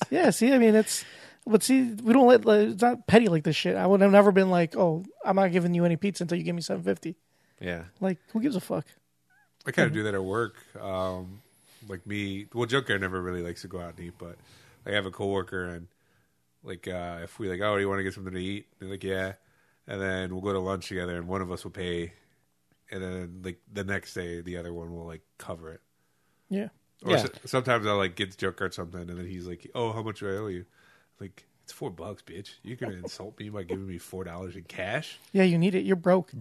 yeah. See, I mean, it's but see, we don't let like, it's not petty like this shit. I would have never been like, oh, I'm not giving you any pizza until you give me seven fifty. yeah. Like, who gives a fuck? I kind of do that at work. Um, like me, well, Junker never really likes to go out and eat, but I have a coworker, and like uh, if we like, oh, you want to get something to eat? They're like, yeah, and then we'll go to lunch together, and one of us will pay, and then like the next day, the other one will like cover it. Yeah, Or Yeah. so- sometimes I'll like get Junker something, and then he's like, oh, how much do I owe you? Like it's four bucks, bitch. You're gonna insult me by giving me four dollars in cash? yeah. You need it. You're broke.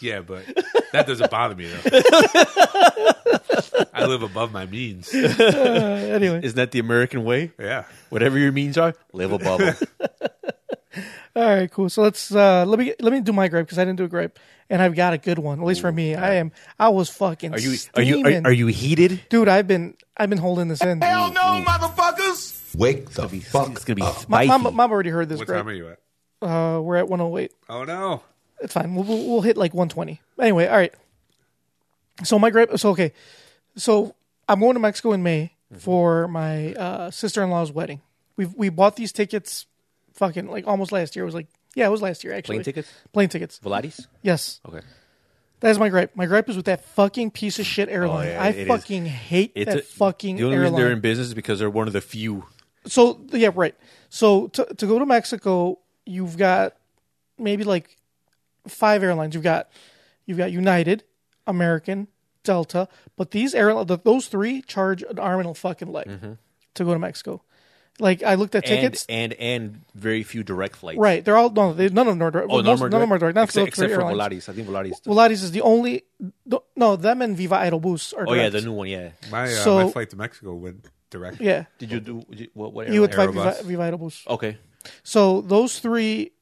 Yeah, but that doesn't bother me though. I live above my means. anyway, Isn't that the American way? Yeah. Whatever your means are, live above them. all right, cool. So let's uh let me let me do my gripe because I didn't do a gripe, and I've got a good one. At least for me, I am. I was fucking. Are you are you are, steaming. are you heated? Dude, I've been I've been holding this in. Hell no, motherfuckers! Wake the fuck It's gonna be My spicy. mom, mom already heard this. What gripe. time are you at? Uh, we're at 108. Oh no. It's fine. We'll, we'll, we'll hit like 120. Anyway, all right. So my great. So okay. So I'm going to Mexico in May Mm-hmm. for my uh, sister-in-law's wedding. We we bought these tickets, fucking like almost last year. It was like yeah, it was last year actually. Plane tickets? Plane tickets. Volatis. Yes, Okay. that is my gripe. My gripe is with that fucking piece of shit airline. Oh, yeah, I it is. fucking hate that fucking the only airline. reason they're in business is because they're one of the few. So yeah, right. So to to go to Mexico, you've got maybe like five airlines. You've got you've got United, American, Delta, but these airlines, those three charge an arm and a fucking leg to go to Mexico. Like I looked at tickets. Mm-hmm. and and and very few direct flights. right, they're all no, they, none of them are direct. Oh, most- none, of them are direct. Not except, those three except for airlines. Volatis. I think Volatis. does- Volaris is the only no them and Viva Aerobus are. Direct. oh yeah, the new one. Yeah. My uh, So- my flight to Mexico went direct. yeah. Did you do did you- what? what You would fly Viva, Aerobus. Viva Aerobus. Okay. So those three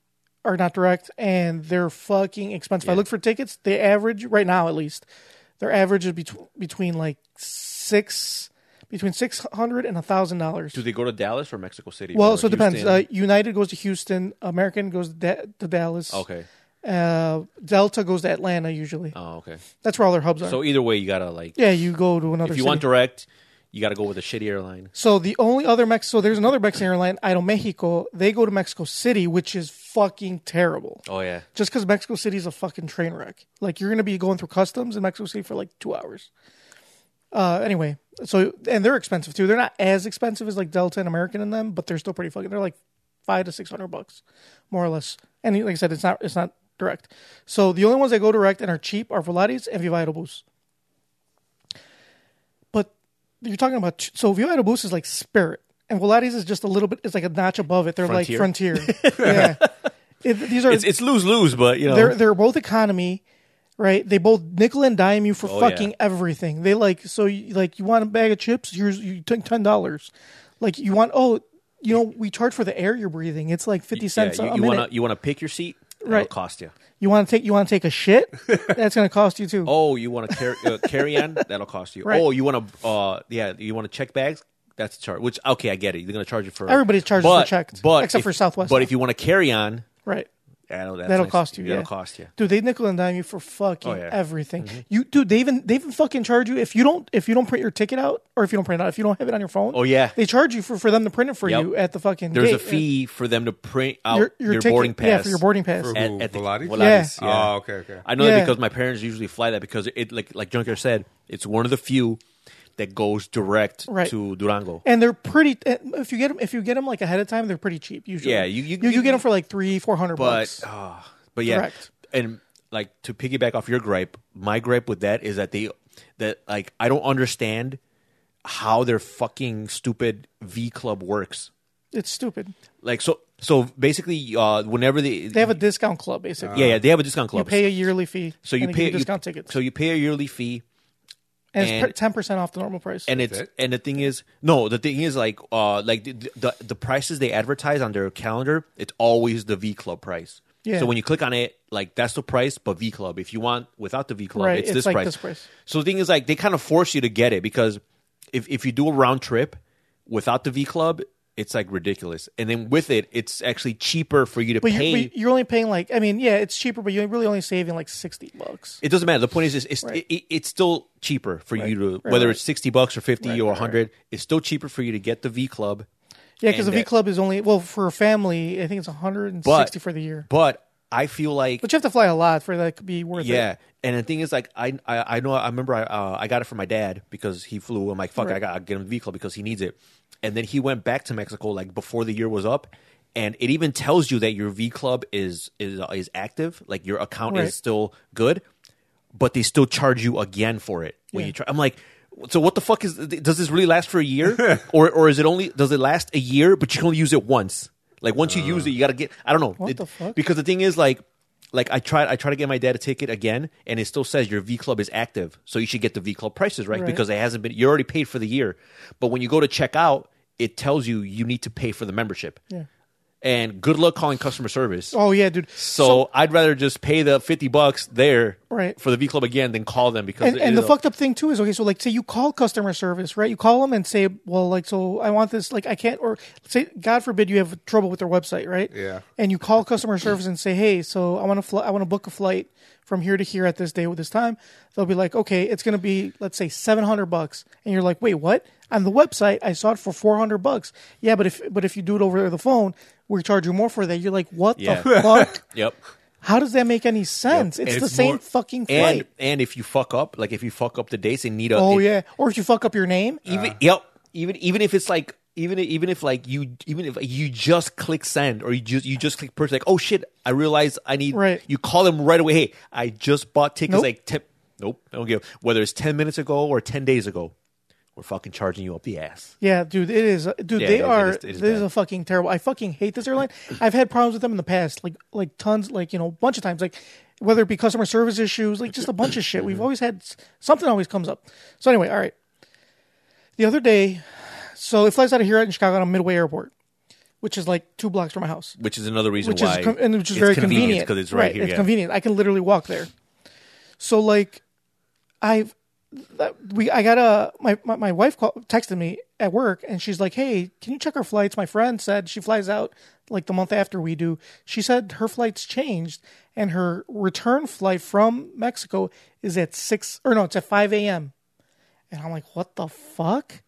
are not direct, and they're fucking expensive. I look for tickets; they average right now, at least, their average is between between like six between six hundred and a thousand dollars. Do they go to Dallas or Mexico City? Well, or so it depends. Houston? Uh, United goes to Houston. American goes to, da- to Dallas. okay. Uh, Delta goes to Atlanta usually. Oh, okay. That's where all their hubs are. So either way, you gotta like. yeah, you go to another. if you city. want direct, you gotta go with a shitty airline. So the only other Mex, so there's another Mexican airline, Aeromexico. They go to Mexico City, which is fucking terrible. Oh yeah. Just because Mexico City is a fucking train wreck. Like you're gonna be going through customs in Mexico City for like two hours. Uh, anyway, so and they're expensive too. They're not as expensive as like Delta and American in them, but they're still pretty fucking. They're like five to six hundred bucks, more or less. And like I said, it's not it's not direct. So the only ones that go direct and are cheap are Volaris and Viva Aerobus. But you're talking about ch- so Viva Aerobus is like Spirit, and Volaris is just a little bit. It's like a notch above it. They're like Frontier. yeah, It- these are It's it's lose lose, but you know. they're they're both economy, right? They both nickel and dime you for Oh, fucking yeah. everything. They like so you, like you want a bag of chips, here's you take ten dollars. Like you want oh you know we charge for the air you're breathing. It's like fifty cents yeah, you, a you minute. wanna you wanna pick your seat. That'll Right. cost you. You want to take you want to take a shit? That's gonna cost you too. Oh, you want to carry uh, carry on? That'll cost you. Right. Oh, you want to uh yeah, you want to check bags? That's a charge. Which okay, I get it. They're gonna charge you for Everybody's charges for but- checked, but except if- for Southwest. But if you want to carry on, Right. that'll that's That'll nice. cost you. That'll yeah. cost you. dude. They nickel and dime you for fucking Oh, yeah. everything. You, dude. They even they even fucking charge you if you don't if you don't print your ticket out or if you don't print it out if you don't have it on your phone. Oh, yeah. they charge you for, for them to print it for Yep. you at the fucking. There's gate. a fee for them to print out Your- your, your ticket- boarding pass. yeah, for your boarding pass. For At, who, at the, Volaris? Volaris, Yeah. yeah. Oh, okay, okay. I know Yeah. that because my parents usually fly that because it like like Junker said, it's one of the few that goes direct Right. to Durango. and they're pretty. eh, If you get them, if you get them like ahead of time, they're pretty cheap usually. Yeah, you- you- you, you- get them for like three four hundred but bucks. uh, but yeah Correct. and like to piggyback off your gripe my gripe with that is that they that like i don't understand how their fucking stupid v club works It's stupid. like so so basically uh whenever they They have a discount club basically. yeah yeah they have a discount you club pay a yearly fee. so you and they give pay you- discount tickets. so you pay a yearly fee and it's and- ten percent off the normal price. and it's and the thing is no the thing is like uh like the, the the prices they advertise on their calendar it's always the V Club price. Yeah. So when you click on it, like that's the price, but V Club. If you want without the V Club, Right, it's, it's this, like price. this price. So the thing is, like they kind of force you to get it because if if you do a round trip without the V Club, it's like ridiculous. And then with it, it's actually cheaper for you to but, pay. you're, but you're only paying like I mean yeah it's cheaper but you're really only saving like sixty bucks. It doesn't matter. The point is, is- is Right. it, it, it's still cheaper for you to Right, whether right. it's sixty bucks or fifty or hundred. It's still cheaper for you to get the V Club. Yeah, because And the V that- Club is only well for a family. I think it's 160 But for the year, but, But I feel like you have to fly a lot for that to be worth it. yeah. And the thing is, like I I, I know I remember I uh, I got it from my dad because he flew. I'm like fuck, Right. I got to get him the vehicle because he needs it. And then he went back to Mexico like before the year was up. And it even tells you that your V Club is is uh, is active, like your account Right. is still good, but they still charge you again for it when Yeah. you try. I'm like, so what the fuck is? Does this really last for a year, or or is it only? Does it last a year, but you can only use it once? Like once you use it, you gotta get. I don't know. Uh. What It- the fuck? Because the thing is, like, like I tried, I tried to get my dad a ticket again, and it still says your V Club is active, so you should get the V Club prices right, Right. because it hasn't been. You already paid for the year, but when you go to check out, it tells you you need to pay for the membership. Yeah. And good luck calling customer service. Oh yeah, dude. So, I'd rather just pay the fifty bucks there Right. for the V Club again than call them because and, and the it'll- fucked up thing too is okay. So like, say you call customer service, right? You call them and say, well, like, so I want this, like, I can't, or say, God forbid, you have trouble with their website, right? Yeah. And you call customer service and say, hey, so I want to, fl- I want to book a flight from here to here at this day with this time. They'll be like, okay, it's gonna be, let's say, seven hundred bucks, and you're like, wait, what? On the website, I saw it for four hundred bucks. Yeah, but if but if you do it over the phone, we charge you more for that. You're like, what Yeah. the fuck? Yep. How does that make any sense? It's, the It's same more- fucking flight. And and if you fuck up, like if you fuck up the dates and need a Oh it- Uh, yeah, or if you fuck up your name, even yep even even if it's like even even if like you even if you just click send or you just you just click purchase like oh shit I realize I need Right. you call them right away hey I just bought tickets Nope. like tip nope I don't give whether it's ten minutes ago or ten days ago we're fucking charging you up the ass yeah, dude, it is, uh, dude. Yeah, they it is- are. it is- it is this is bad. a fucking terrible. I fucking hate this airline. I've had problems with them in the past, like like tons, like you know, a bunch of times, like whether it be customer service issues, like just a bunch of shit. We've Mm-hmm. always had s- something always comes up. So anyway, all right. The other day, so it flies out of here in Chicago on Midway Airport, which is like two blocks from my house. which is another reason which why is com- and which is it's very convenient convenient because it's right, here It's yeah. convenient. I can literally walk there. So like, I've that we I got a my my, my wife called, texted me at work and she's like, "Hey, can you check her flights?" My friend said she flies out like the month after we do. She said her flights changed and her return flight from Mexico is at six or no, it's at five a.m. And I'm like, "What the fuck?"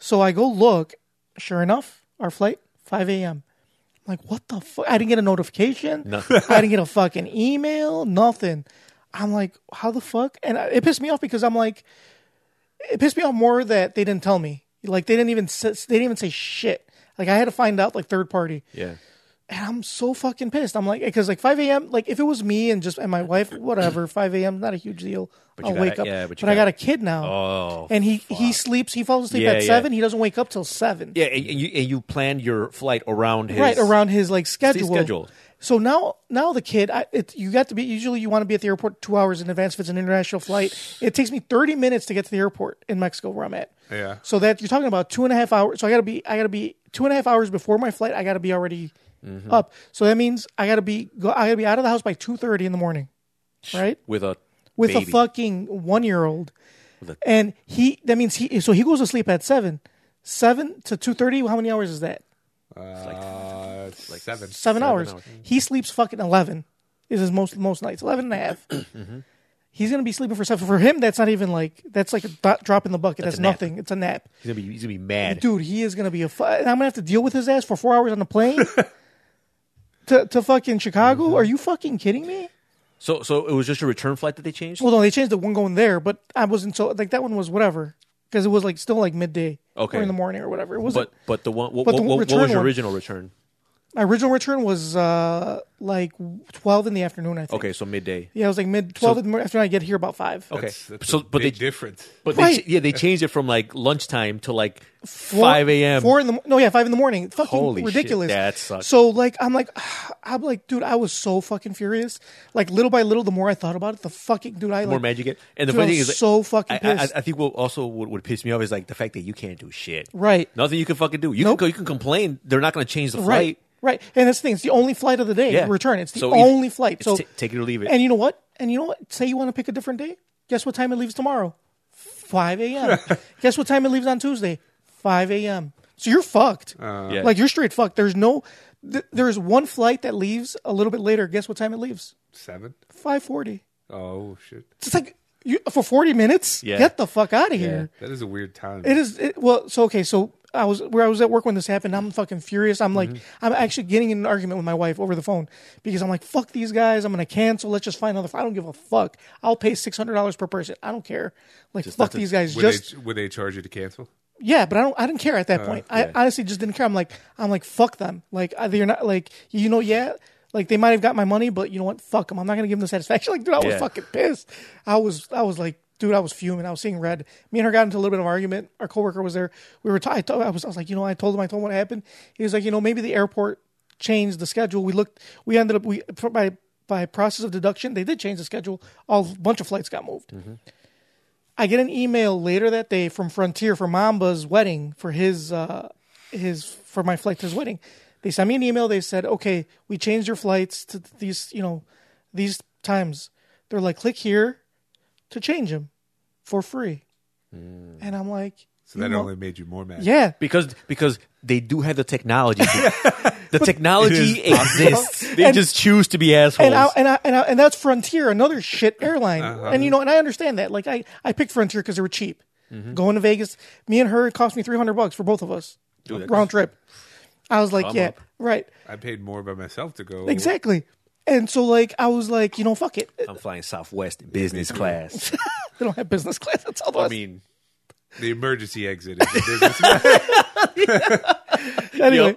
So I go look. Sure enough, our flight five a.m. I'm like, "What the fuck?" I didn't get a notification. I didn't get a fucking email. Nothing. I'm like, "How the fuck?" And I- it pissed me off because I'm like it pissed me off more that they didn't tell me. Like they didn't even say, they didn't even say shit. Like I had to find out like third party, Yeah. and I'm so fucking pissed. I'm like, because like 5 a.m. Like if it was me and just and my wife, whatever. 5 a.m. Not a huge deal. you I'll gotta- wake up. yeah, but but you I got gotta- a kid now. Oh, and he he sleeps. He falls asleep Yeah, at yeah. seven. He doesn't wake up till seven. Yeah, and and you, and you planned your flight around his right around his like schedule. schedule. So now, now the kid, I, it, you got to be. Usually, you want to be at the airport two hours in advance if it's an international flight. It takes me thirty minutes to get to the airport in Mexico where I'm at. Yeah. So that you're talking about two and a half hours. So I got to be, I got to be two and a half hours before my flight. I got to be already Mm-hmm. up. So that means I got to be, go, I got to be out of the house by two thirty in the morning, right? with a with baby. a fucking one year old, and he that means he so he goes to sleep at seven, seven to two thirty. How many hours is that? Uh, seven. seven, hours. He sleeps fucking eleven. Is his most most nights eleven and a half. Mm-hmm. He's gonna be sleeping for seven. For him, that's not even like that's like a dro- drop in the bucket. That's, a nap. nothing. It's a nap, He's gonna be he's gonna be mad. dude. He is gonna be a. Fu- and I'm gonna have to deal with his ass for four hours on the plane to to fucking Chicago. Mm-hmm. Are you fucking kidding me? So so it was just a return flight that they changed. Well, no, they changed the one going there, but I wasn't so like that one was whatever because it was like still like midday Okay. or in the morning or whatever. It wasn't. but but the one what, but the what, what, return was your one- original return? My original return was uh like twelve in the afternoon. I think. Okay, so midday. Yeah, it was like mid twelve in the morning after I get here about five. Okay, That's, that's so a but they big difference. but they, Right. yeah they changed it from like lunchtime to like Four- five a.m. Four in the no, yeah, five in the morning. Fucking Holy shit. ridiculous. Yeah, that sucks. So like, I'm like, I'm like, dude, I was so fucking furious. Like little by little, the more I thought about it, the fucking dude, I The more like, mad you get. And the dude, I funny thing was is, like, so fucking I, I, pissed. I think what also would, would piss me off is like the fact that you can't do shit. Right. Nothing you can fucking do. You Nope. can go, you can complain. They're not going to change the flight. right, right. And that's the thing. It's the only flight of the day. Yeah. Return. It's the So either- only flight. it's So ta- take it or leave it. And you know what? And you know what? Say you want to pick a different day. Guess what time it leaves tomorrow? Five a.m. Guess what time it leaves on Tuesday? Five a.m. So you're fucked. Yeah. Like you're straight fucked. There's no. Th- there's one flight that leaves a little bit later. Guess what time it leaves? Seven. Five forty. Oh shit, It's like you for forty minutes. Yeah. Get the fuck out of here. that is a weird time. It is it, well. So okay. So I was where I was at work when this happened. I'm fucking furious. I'm like, I'm actually getting in an argument with my wife over the phone because I'm like, fuck these guys. I'm gonna cancel. Let's just find another. I don't give a fuck. I'll pay six hundred dollars per person. I don't care. Like fuck nothing- these guys. Would, Just they, would they charge you to cancel? yeah, but I don't. I didn't care at that point. I honestly just didn't care. I'm like, I'm like, fuck them. Like I- they're not like you know. Yeah, like they might have got my money, but you know what? Fuck them. I'm not gonna give them the satisfaction. Like, dude, I was Yeah. fucking pissed. I was, I was like, dude, I was fuming. I was seeing red. Me and her got into a little bit of argument. Our coworker was there. We were. T- I, told- I was. I was like, you know, I told him. I told him what happened. He was like, you know, maybe the airport changed the schedule. We looked. We ended up. We for- by by process of deduction, they did change the schedule. A bunch of flights got moved. I get an email later that day from Frontier for Mamba's wedding for his uh, his for my flight to his wedding. They sent me an email. They said, "Okay, we changed your flights to these you know these times." They're like, "Click here to change them for free," and I'm like, So that you know- only made you more mad. yeah." because because they do have the technology. the technology exists. They And- just choose to be assholes. And I, and I, and I, and that's Frontier, another shit airline. Uh-huh. And you know, and I understand that. Like I, I picked Frontier because they were cheap. Mm-hmm. Going to Vegas, me and her, it cost me three hundred bucks for both of us, round trip. I was like, Come yeah, up. right, I paid more by myself to go. exactly. And so, like, I was like, you know, fuck it. I'm flying Southwest business class. They don't have business class. That's all. I I mean, The emergency exit. Is the business. anyway.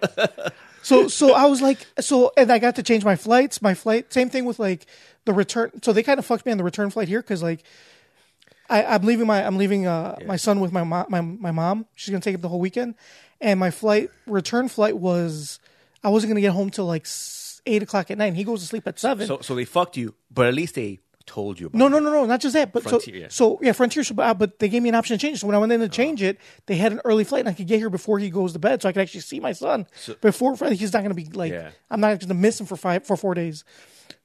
so so I was like so and I got to change my flights. My flight same thing with like the return so they kind of fucked me on the return flight here cuz like I I'm leaving my I'm leaving uh, my son with my mom my, my mom. She's going to take him the whole weekend and my flight return flight was I wasn't going to get home till like s- 8 o'clock at night. and He goes to sleep at 7. so so they fucked you, but at least they told you. About No, it. no, no, no, not just that. But Frontier, so, yeah. so yeah, Frontier. So, uh, but they gave me an option to change. it. So when I went in to change it, they had an early flight, and I could get here before he goes to bed, so I could actually see my son before he's not going to be like Yeah. I'm not going to miss him for five for four days.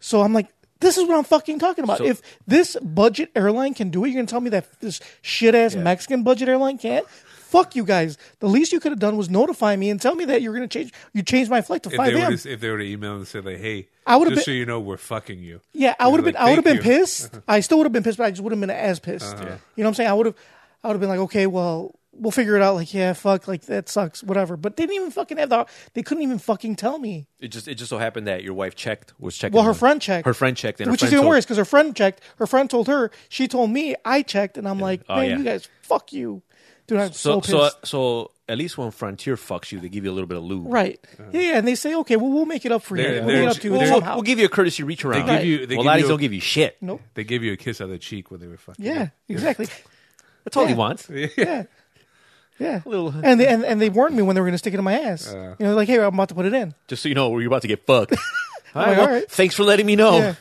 So I'm like, This is what I'm fucking talking about. So- if this budget airline can do it, you're gonna tell me that this shit ass Mexican budget airline can't. Fuck you guys. The least you could have done was notify me and tell me that you're gonna change. You changed my flight to If five they, were a.m. to, if they were to email and say like, "Hey, I would've just so been- you know, we're fucking you." Yeah, I You're would have been. like, I would have been "Thank you." pissed. I still would have been pissed, but I just would have been as pissed. Uh-huh. You know what I'm saying? I would have. I would have been like, okay, well, we'll figure it out. Like, yeah, fuck, like that sucks, whatever. But they didn't even fucking have the. They couldn't even fucking tell me. It just it just so happened that your wife checked was checking. Well, her on- friend checked. Her friend checked, and her which is friend even told- worse because her friend checked. Her friend told her. She told me. I checked, and I'm like, Oh, man, yeah. you guys, fuck you, dude. I'm so, So pissed. so uh, so at least when Frontier fucks you, they give you a little bit of lube. right? Yeah, yeah, and they say, okay, well, we'll make it up for you. They're- We'll make it they're- up to you We'll- We'll, somehow. we'll give you a courtesy reach around. give you- they well, give laddies you a- don't give you shit. nope. They give you a kiss on the cheek when they were fucking. Yeah, you. exactly. That's all he Yeah. wants. Yeah. Yeah. little- And, they, and and they warned me when they were going to stick it in my ass. you know, like, hey, I'm about to put it in. Just so you know, you're about to get fucked. all, right, like, well, all right. Thanks for letting me know. Yeah.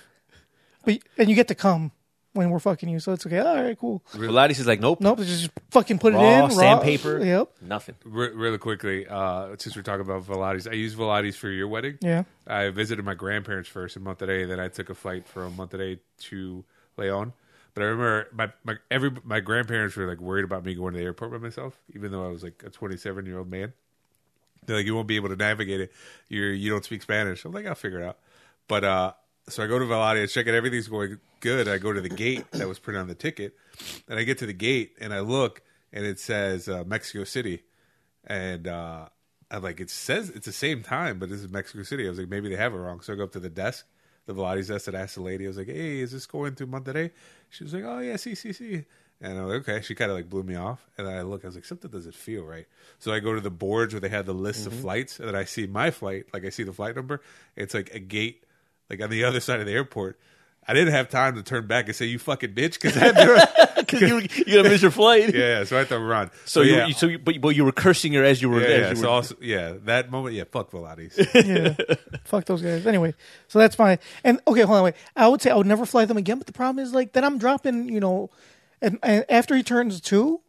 But and you get to come when we're fucking you, so it's okay. All right, cool. But Laddies is like, nope. Nope, just fucking put it in. Raw, sandpaper. Yep. Nothing. Re- really quickly, uh, since we're talking about Velatis, I used Velatis for your wedding. Yeah. I visited my grandparents first in Monterrey, then I took a flight from Monterrey to Leon. But I remember my, my every my grandparents were like worried about me going to the airport by myself, even though I was like a 27 year old man. They're like, you won't be able to navigate it. You you don't speak Spanish. I'm like, I'll figure it out. But uh, so I go to Valadia, check it. Everything's going good. I go to the gate that was printed on the ticket, and I get to the gate and I look, and it says uh, Mexico City, and uh, I'm like, it says it's the same time, but this is Mexico City. I was like, maybe they have it wrong. So I go up to the desk, the Velades desk, and ask the lady. I was like, hey, is this going to Monterrey? She was like, oh yeah, see, see, see. And I'm like, okay. She kind of like blew me off, and I look. I was like, something doesn't feel right. So I go to the boards where they have the list Mm-hmm. of flights, and then I see my flight. Like I see the flight number. It's like a gate, like on the other side of the airport. I didn't have time to turn back and say you fucking bitch because I had to. Because you you gonna miss your flight. yeah, so I had to run. So, But you, yeah, you- so you, but, but you were cursing her as you were. yeah, as yeah, you so were- also- yeah, that moment, yeah, fuck Pilates. Yeah. Fuck those guys. Anyway, so that's fine. And okay, hold on. Wait. I would say I would never fly them again, but the problem is like then I'm dropping. You know, and, and after he turns two,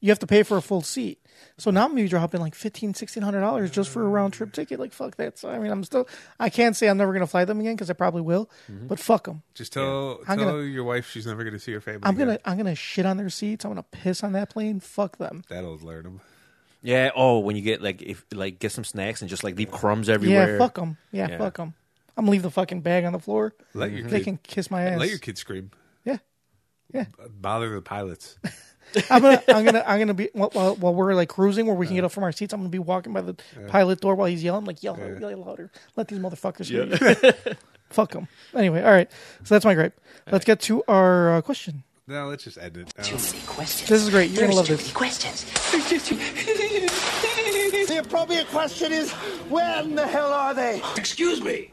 you have to pay for a full seat. So now I'm gonna be dropping like fifteen, sixteen hundred dollars just for a round trip ticket. Like fuck that. So I mean, I'm still. I can't say I'm never gonna fly them again because I probably will. Mm-hmm. But fuck them. Just tell I'm tell gonna- your wife she's never going to see her family. I'm gonna again. I'm gonna shit on their seats. I'm gonna piss on that plane. Fuck them. That'll learn them. yeah. Oh, when you get like if like get some snacks and just like leave crumbs everywhere. Yeah, fuck them. Yeah, Yeah. fuck them. I'm gonna leave the fucking bag on the floor. Let your they kid- can kiss my ass. Let your kids scream. yeah, Bother the pilots. I'm gonna I'm gonna I'm gonna be while, while, while we're like cruising where we can get up from our seats. I'm gonna be walking by the pilot door while he's yelling like yell, yell, yell louder. Let these motherfuckers hear you. fuck them. Anyway, all right. So that's my gripe. Let's get to our uh, question. no, let's just end it. Um, I Too don't- many questions. This is great. You're gonna love There's this. Too many questions. The appropriate question is, where in the hell are they? Excuse me.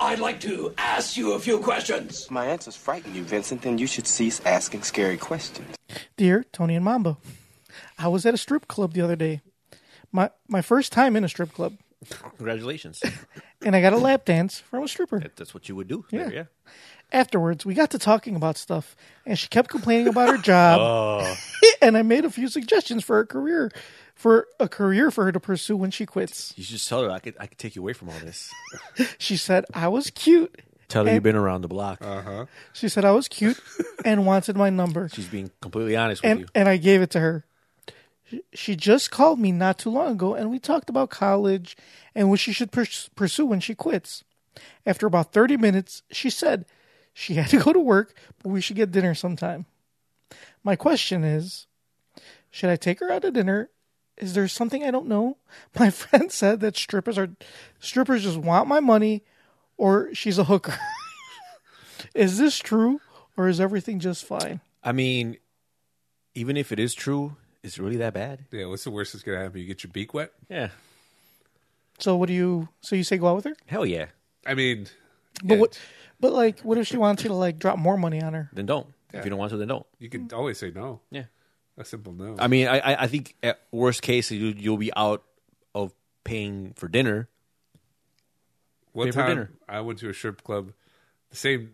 I'd like to ask you a few questions. my answers frighten you, Vincent, then you should cease asking scary questions. Dear Tony and Mambo, I was at a strip club the other day. My my first time in a strip club, Congratulations. and I got a lap dance from a stripper. That's what you would do. Yeah. There, yeah. afterwards, we got to talking about stuff, and she kept complaining about her job. and I made a few suggestions for her career, for a career for her to pursue when she quits. You should just tell her I could I could take you away from all this. She said I was cute. Tell her you've been around the block. She said I was cute and wanted my number, She's being completely honest with and you. and I gave it to her. She- She just called me not too long ago, and we talked about college and what she should pers- pursue when she quits. After about thirty minutes, she said she had to go to work, but we should get dinner sometime. My question is Should I take her out to dinner? Is there something I don't know? My friend said that strippers are strippers just want my money or she's a hooker. is this true or is everything just fine? I mean, even if it is true, is it really that bad? yeah, what's the worst that's going to happen? You get your beak wet. Yeah. So what do you so you say go out with her? Hell yeah. I mean, But yeah, what but like what if she wants you to like drop more money on her? Then don't. If you don't want to, then don't. You Mm. can always say no. Yeah. A simple no. I mean, I I, I think at worst case you you'll be out of paying for dinner. One pay for time dinner. I went to a strip club. The same,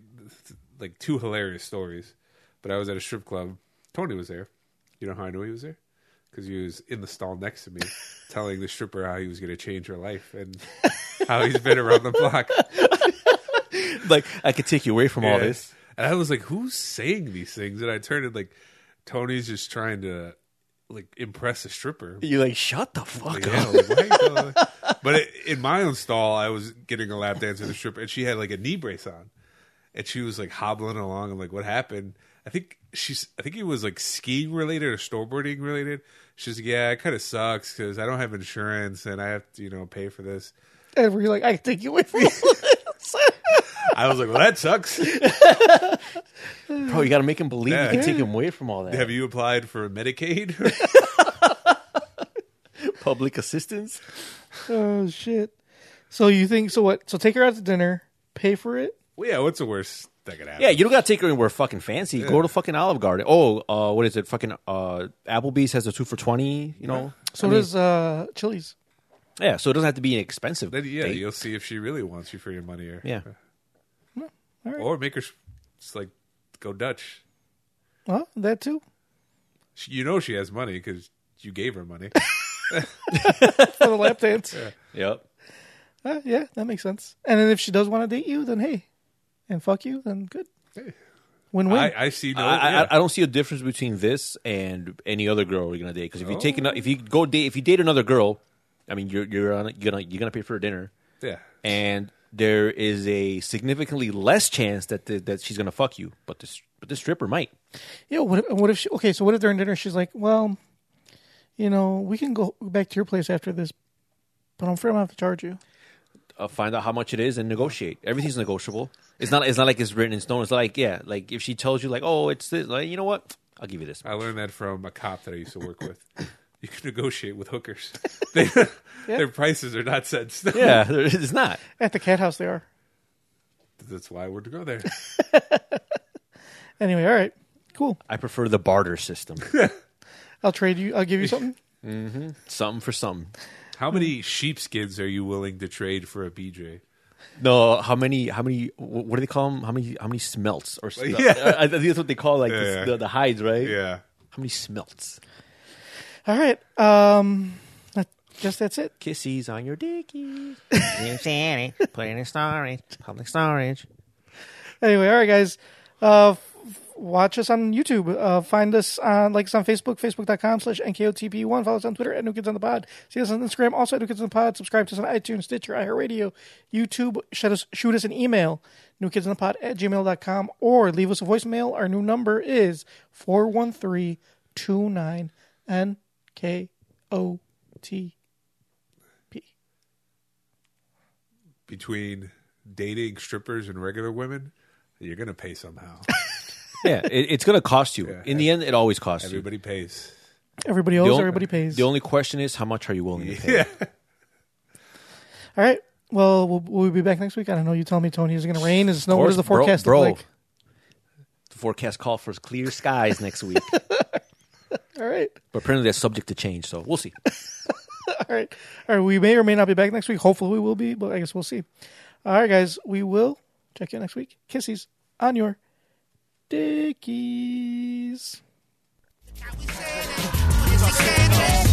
like two hilarious stories. But I was at a strip club. Tony was there. You know how I knew he was there? Because he was in the stall next to me, telling the stripper how he was going to change her life and how he's been around the block. like I could take you away from all Yeah. this. And I was like, who's saying these things? And I turned and like, Tony's just trying to like impress a stripper. You're like, shut the fuck Yeah, up. like, why you going- but it, in my own stall, I was getting a lap dance with a stripper, and she had like a knee brace on, and she was like hobbling along. I'm like, what happened? I think she's. I think it was like skiing related or snowboarding related. She's like, yeah, it kind of sucks because I don't have insurance and I have to, you know, pay for this. And we're like, I can take you away from all this. I was like, well, that sucks. Bro, you got to make him believe Yeah. you can take him away from all that. have you applied for Medicaid? Public assistance? oh shit. So you think so? What? So take her out to dinner, pay for it. well, yeah, what's the worst that could happen? Yeah, you don't got to take her anywhere fucking fancy. Go to fucking Olive Garden. Oh, uh, what is it? Fucking uh, Applebee's has a two for 20, you know? So I mean, does uh, Chili's. yeah, so it doesn't have to be an expensive. Then yeah, date. you'll see if she really wants you for your money or yeah. or make her s- just like go Dutch. Well, that too. She, you know she has money because you gave her money. For the lap dance. Yep. Uh, yeah, that makes sense. And then if she does want to date you, then hey, and fuck you, then good. Win win. I, I see no. I, yeah. I, I don't see a difference between this and any other girl you're gonna date. Because if you Oh. take another, if you go date, if you date another girl, I mean, you're you're on, you're gonna you're gonna pay for her dinner, yeah. and there is a significantly less chance that the, that she's gonna fuck you. But this but this stripper might. Yeah. What? If, what if? She, okay. So what if during dinner she's like, "Well, you know, we can go back to your place after this, but I'm afraid I'm gonna have to charge you." uh, find out how much it is and negotiate. Everything's negotiable. It's not. It's not like it's written in stone. It's like yeah, like if she tells you like, oh, it's this. Like you know what? I'll give you this. I learned that from a cop that I used to work with. You can negotiate with hookers. They, Their prices are not set. in stone. Yeah, it's not. At the cat house, they are. That's why we're to go there. Anyway, all right, cool. I prefer the barter system. I'll trade you. I'll give you something. something for something. How many sheepskins are you willing to trade for a BJ? No, how many? How many? wh- What do they call them? How many? How many smelts or? Smelts? Yeah. I, I think that's what they call like this- Yeah. the, the hides, right? Yeah. How many smelts? All right. Um, that, just that's it. Kisses on your dickie. Put it in storage, public storage. Anyway, all right, guys. Uh, f- f- watch us on YouTube. Uh, find us on like us on Facebook, facebook.com slash NKOTP1. Follow us on Twitter at New Kids on the Pod. See us on Instagram, also at New Kids on the Pod. Subscribe to us on iTunes, Stitcher, iHeartRadio, YouTube. Shoot us, shoot us an email, newkidsonthepod at gmail.com, or leave us a voicemail. Our new number is 413 nkotp Between dating strippers and regular women, you're going to pay somehow. Yeah, it, it's gonna cost you. In the end, it always costs you. Everybody pays. Everybody The owes, on- everybody pays. The only question is, how much are you willing to pay? All right. Well, we'll we'll be back next week. I don't know. You tell me, Tony. Is it going to rain? Is it snow? Oh, What is the Of course, forecast bro, look like? bro. The forecast call for clear skies next week, All right. but apparently that's subject to change. So we'll see. All right. All right. We may or may not be back next week. Hopefully, we will be, but I guess we'll see. All right, guys. We will check you next week. Kisses on your dickies. How we saying it? What is he saying it?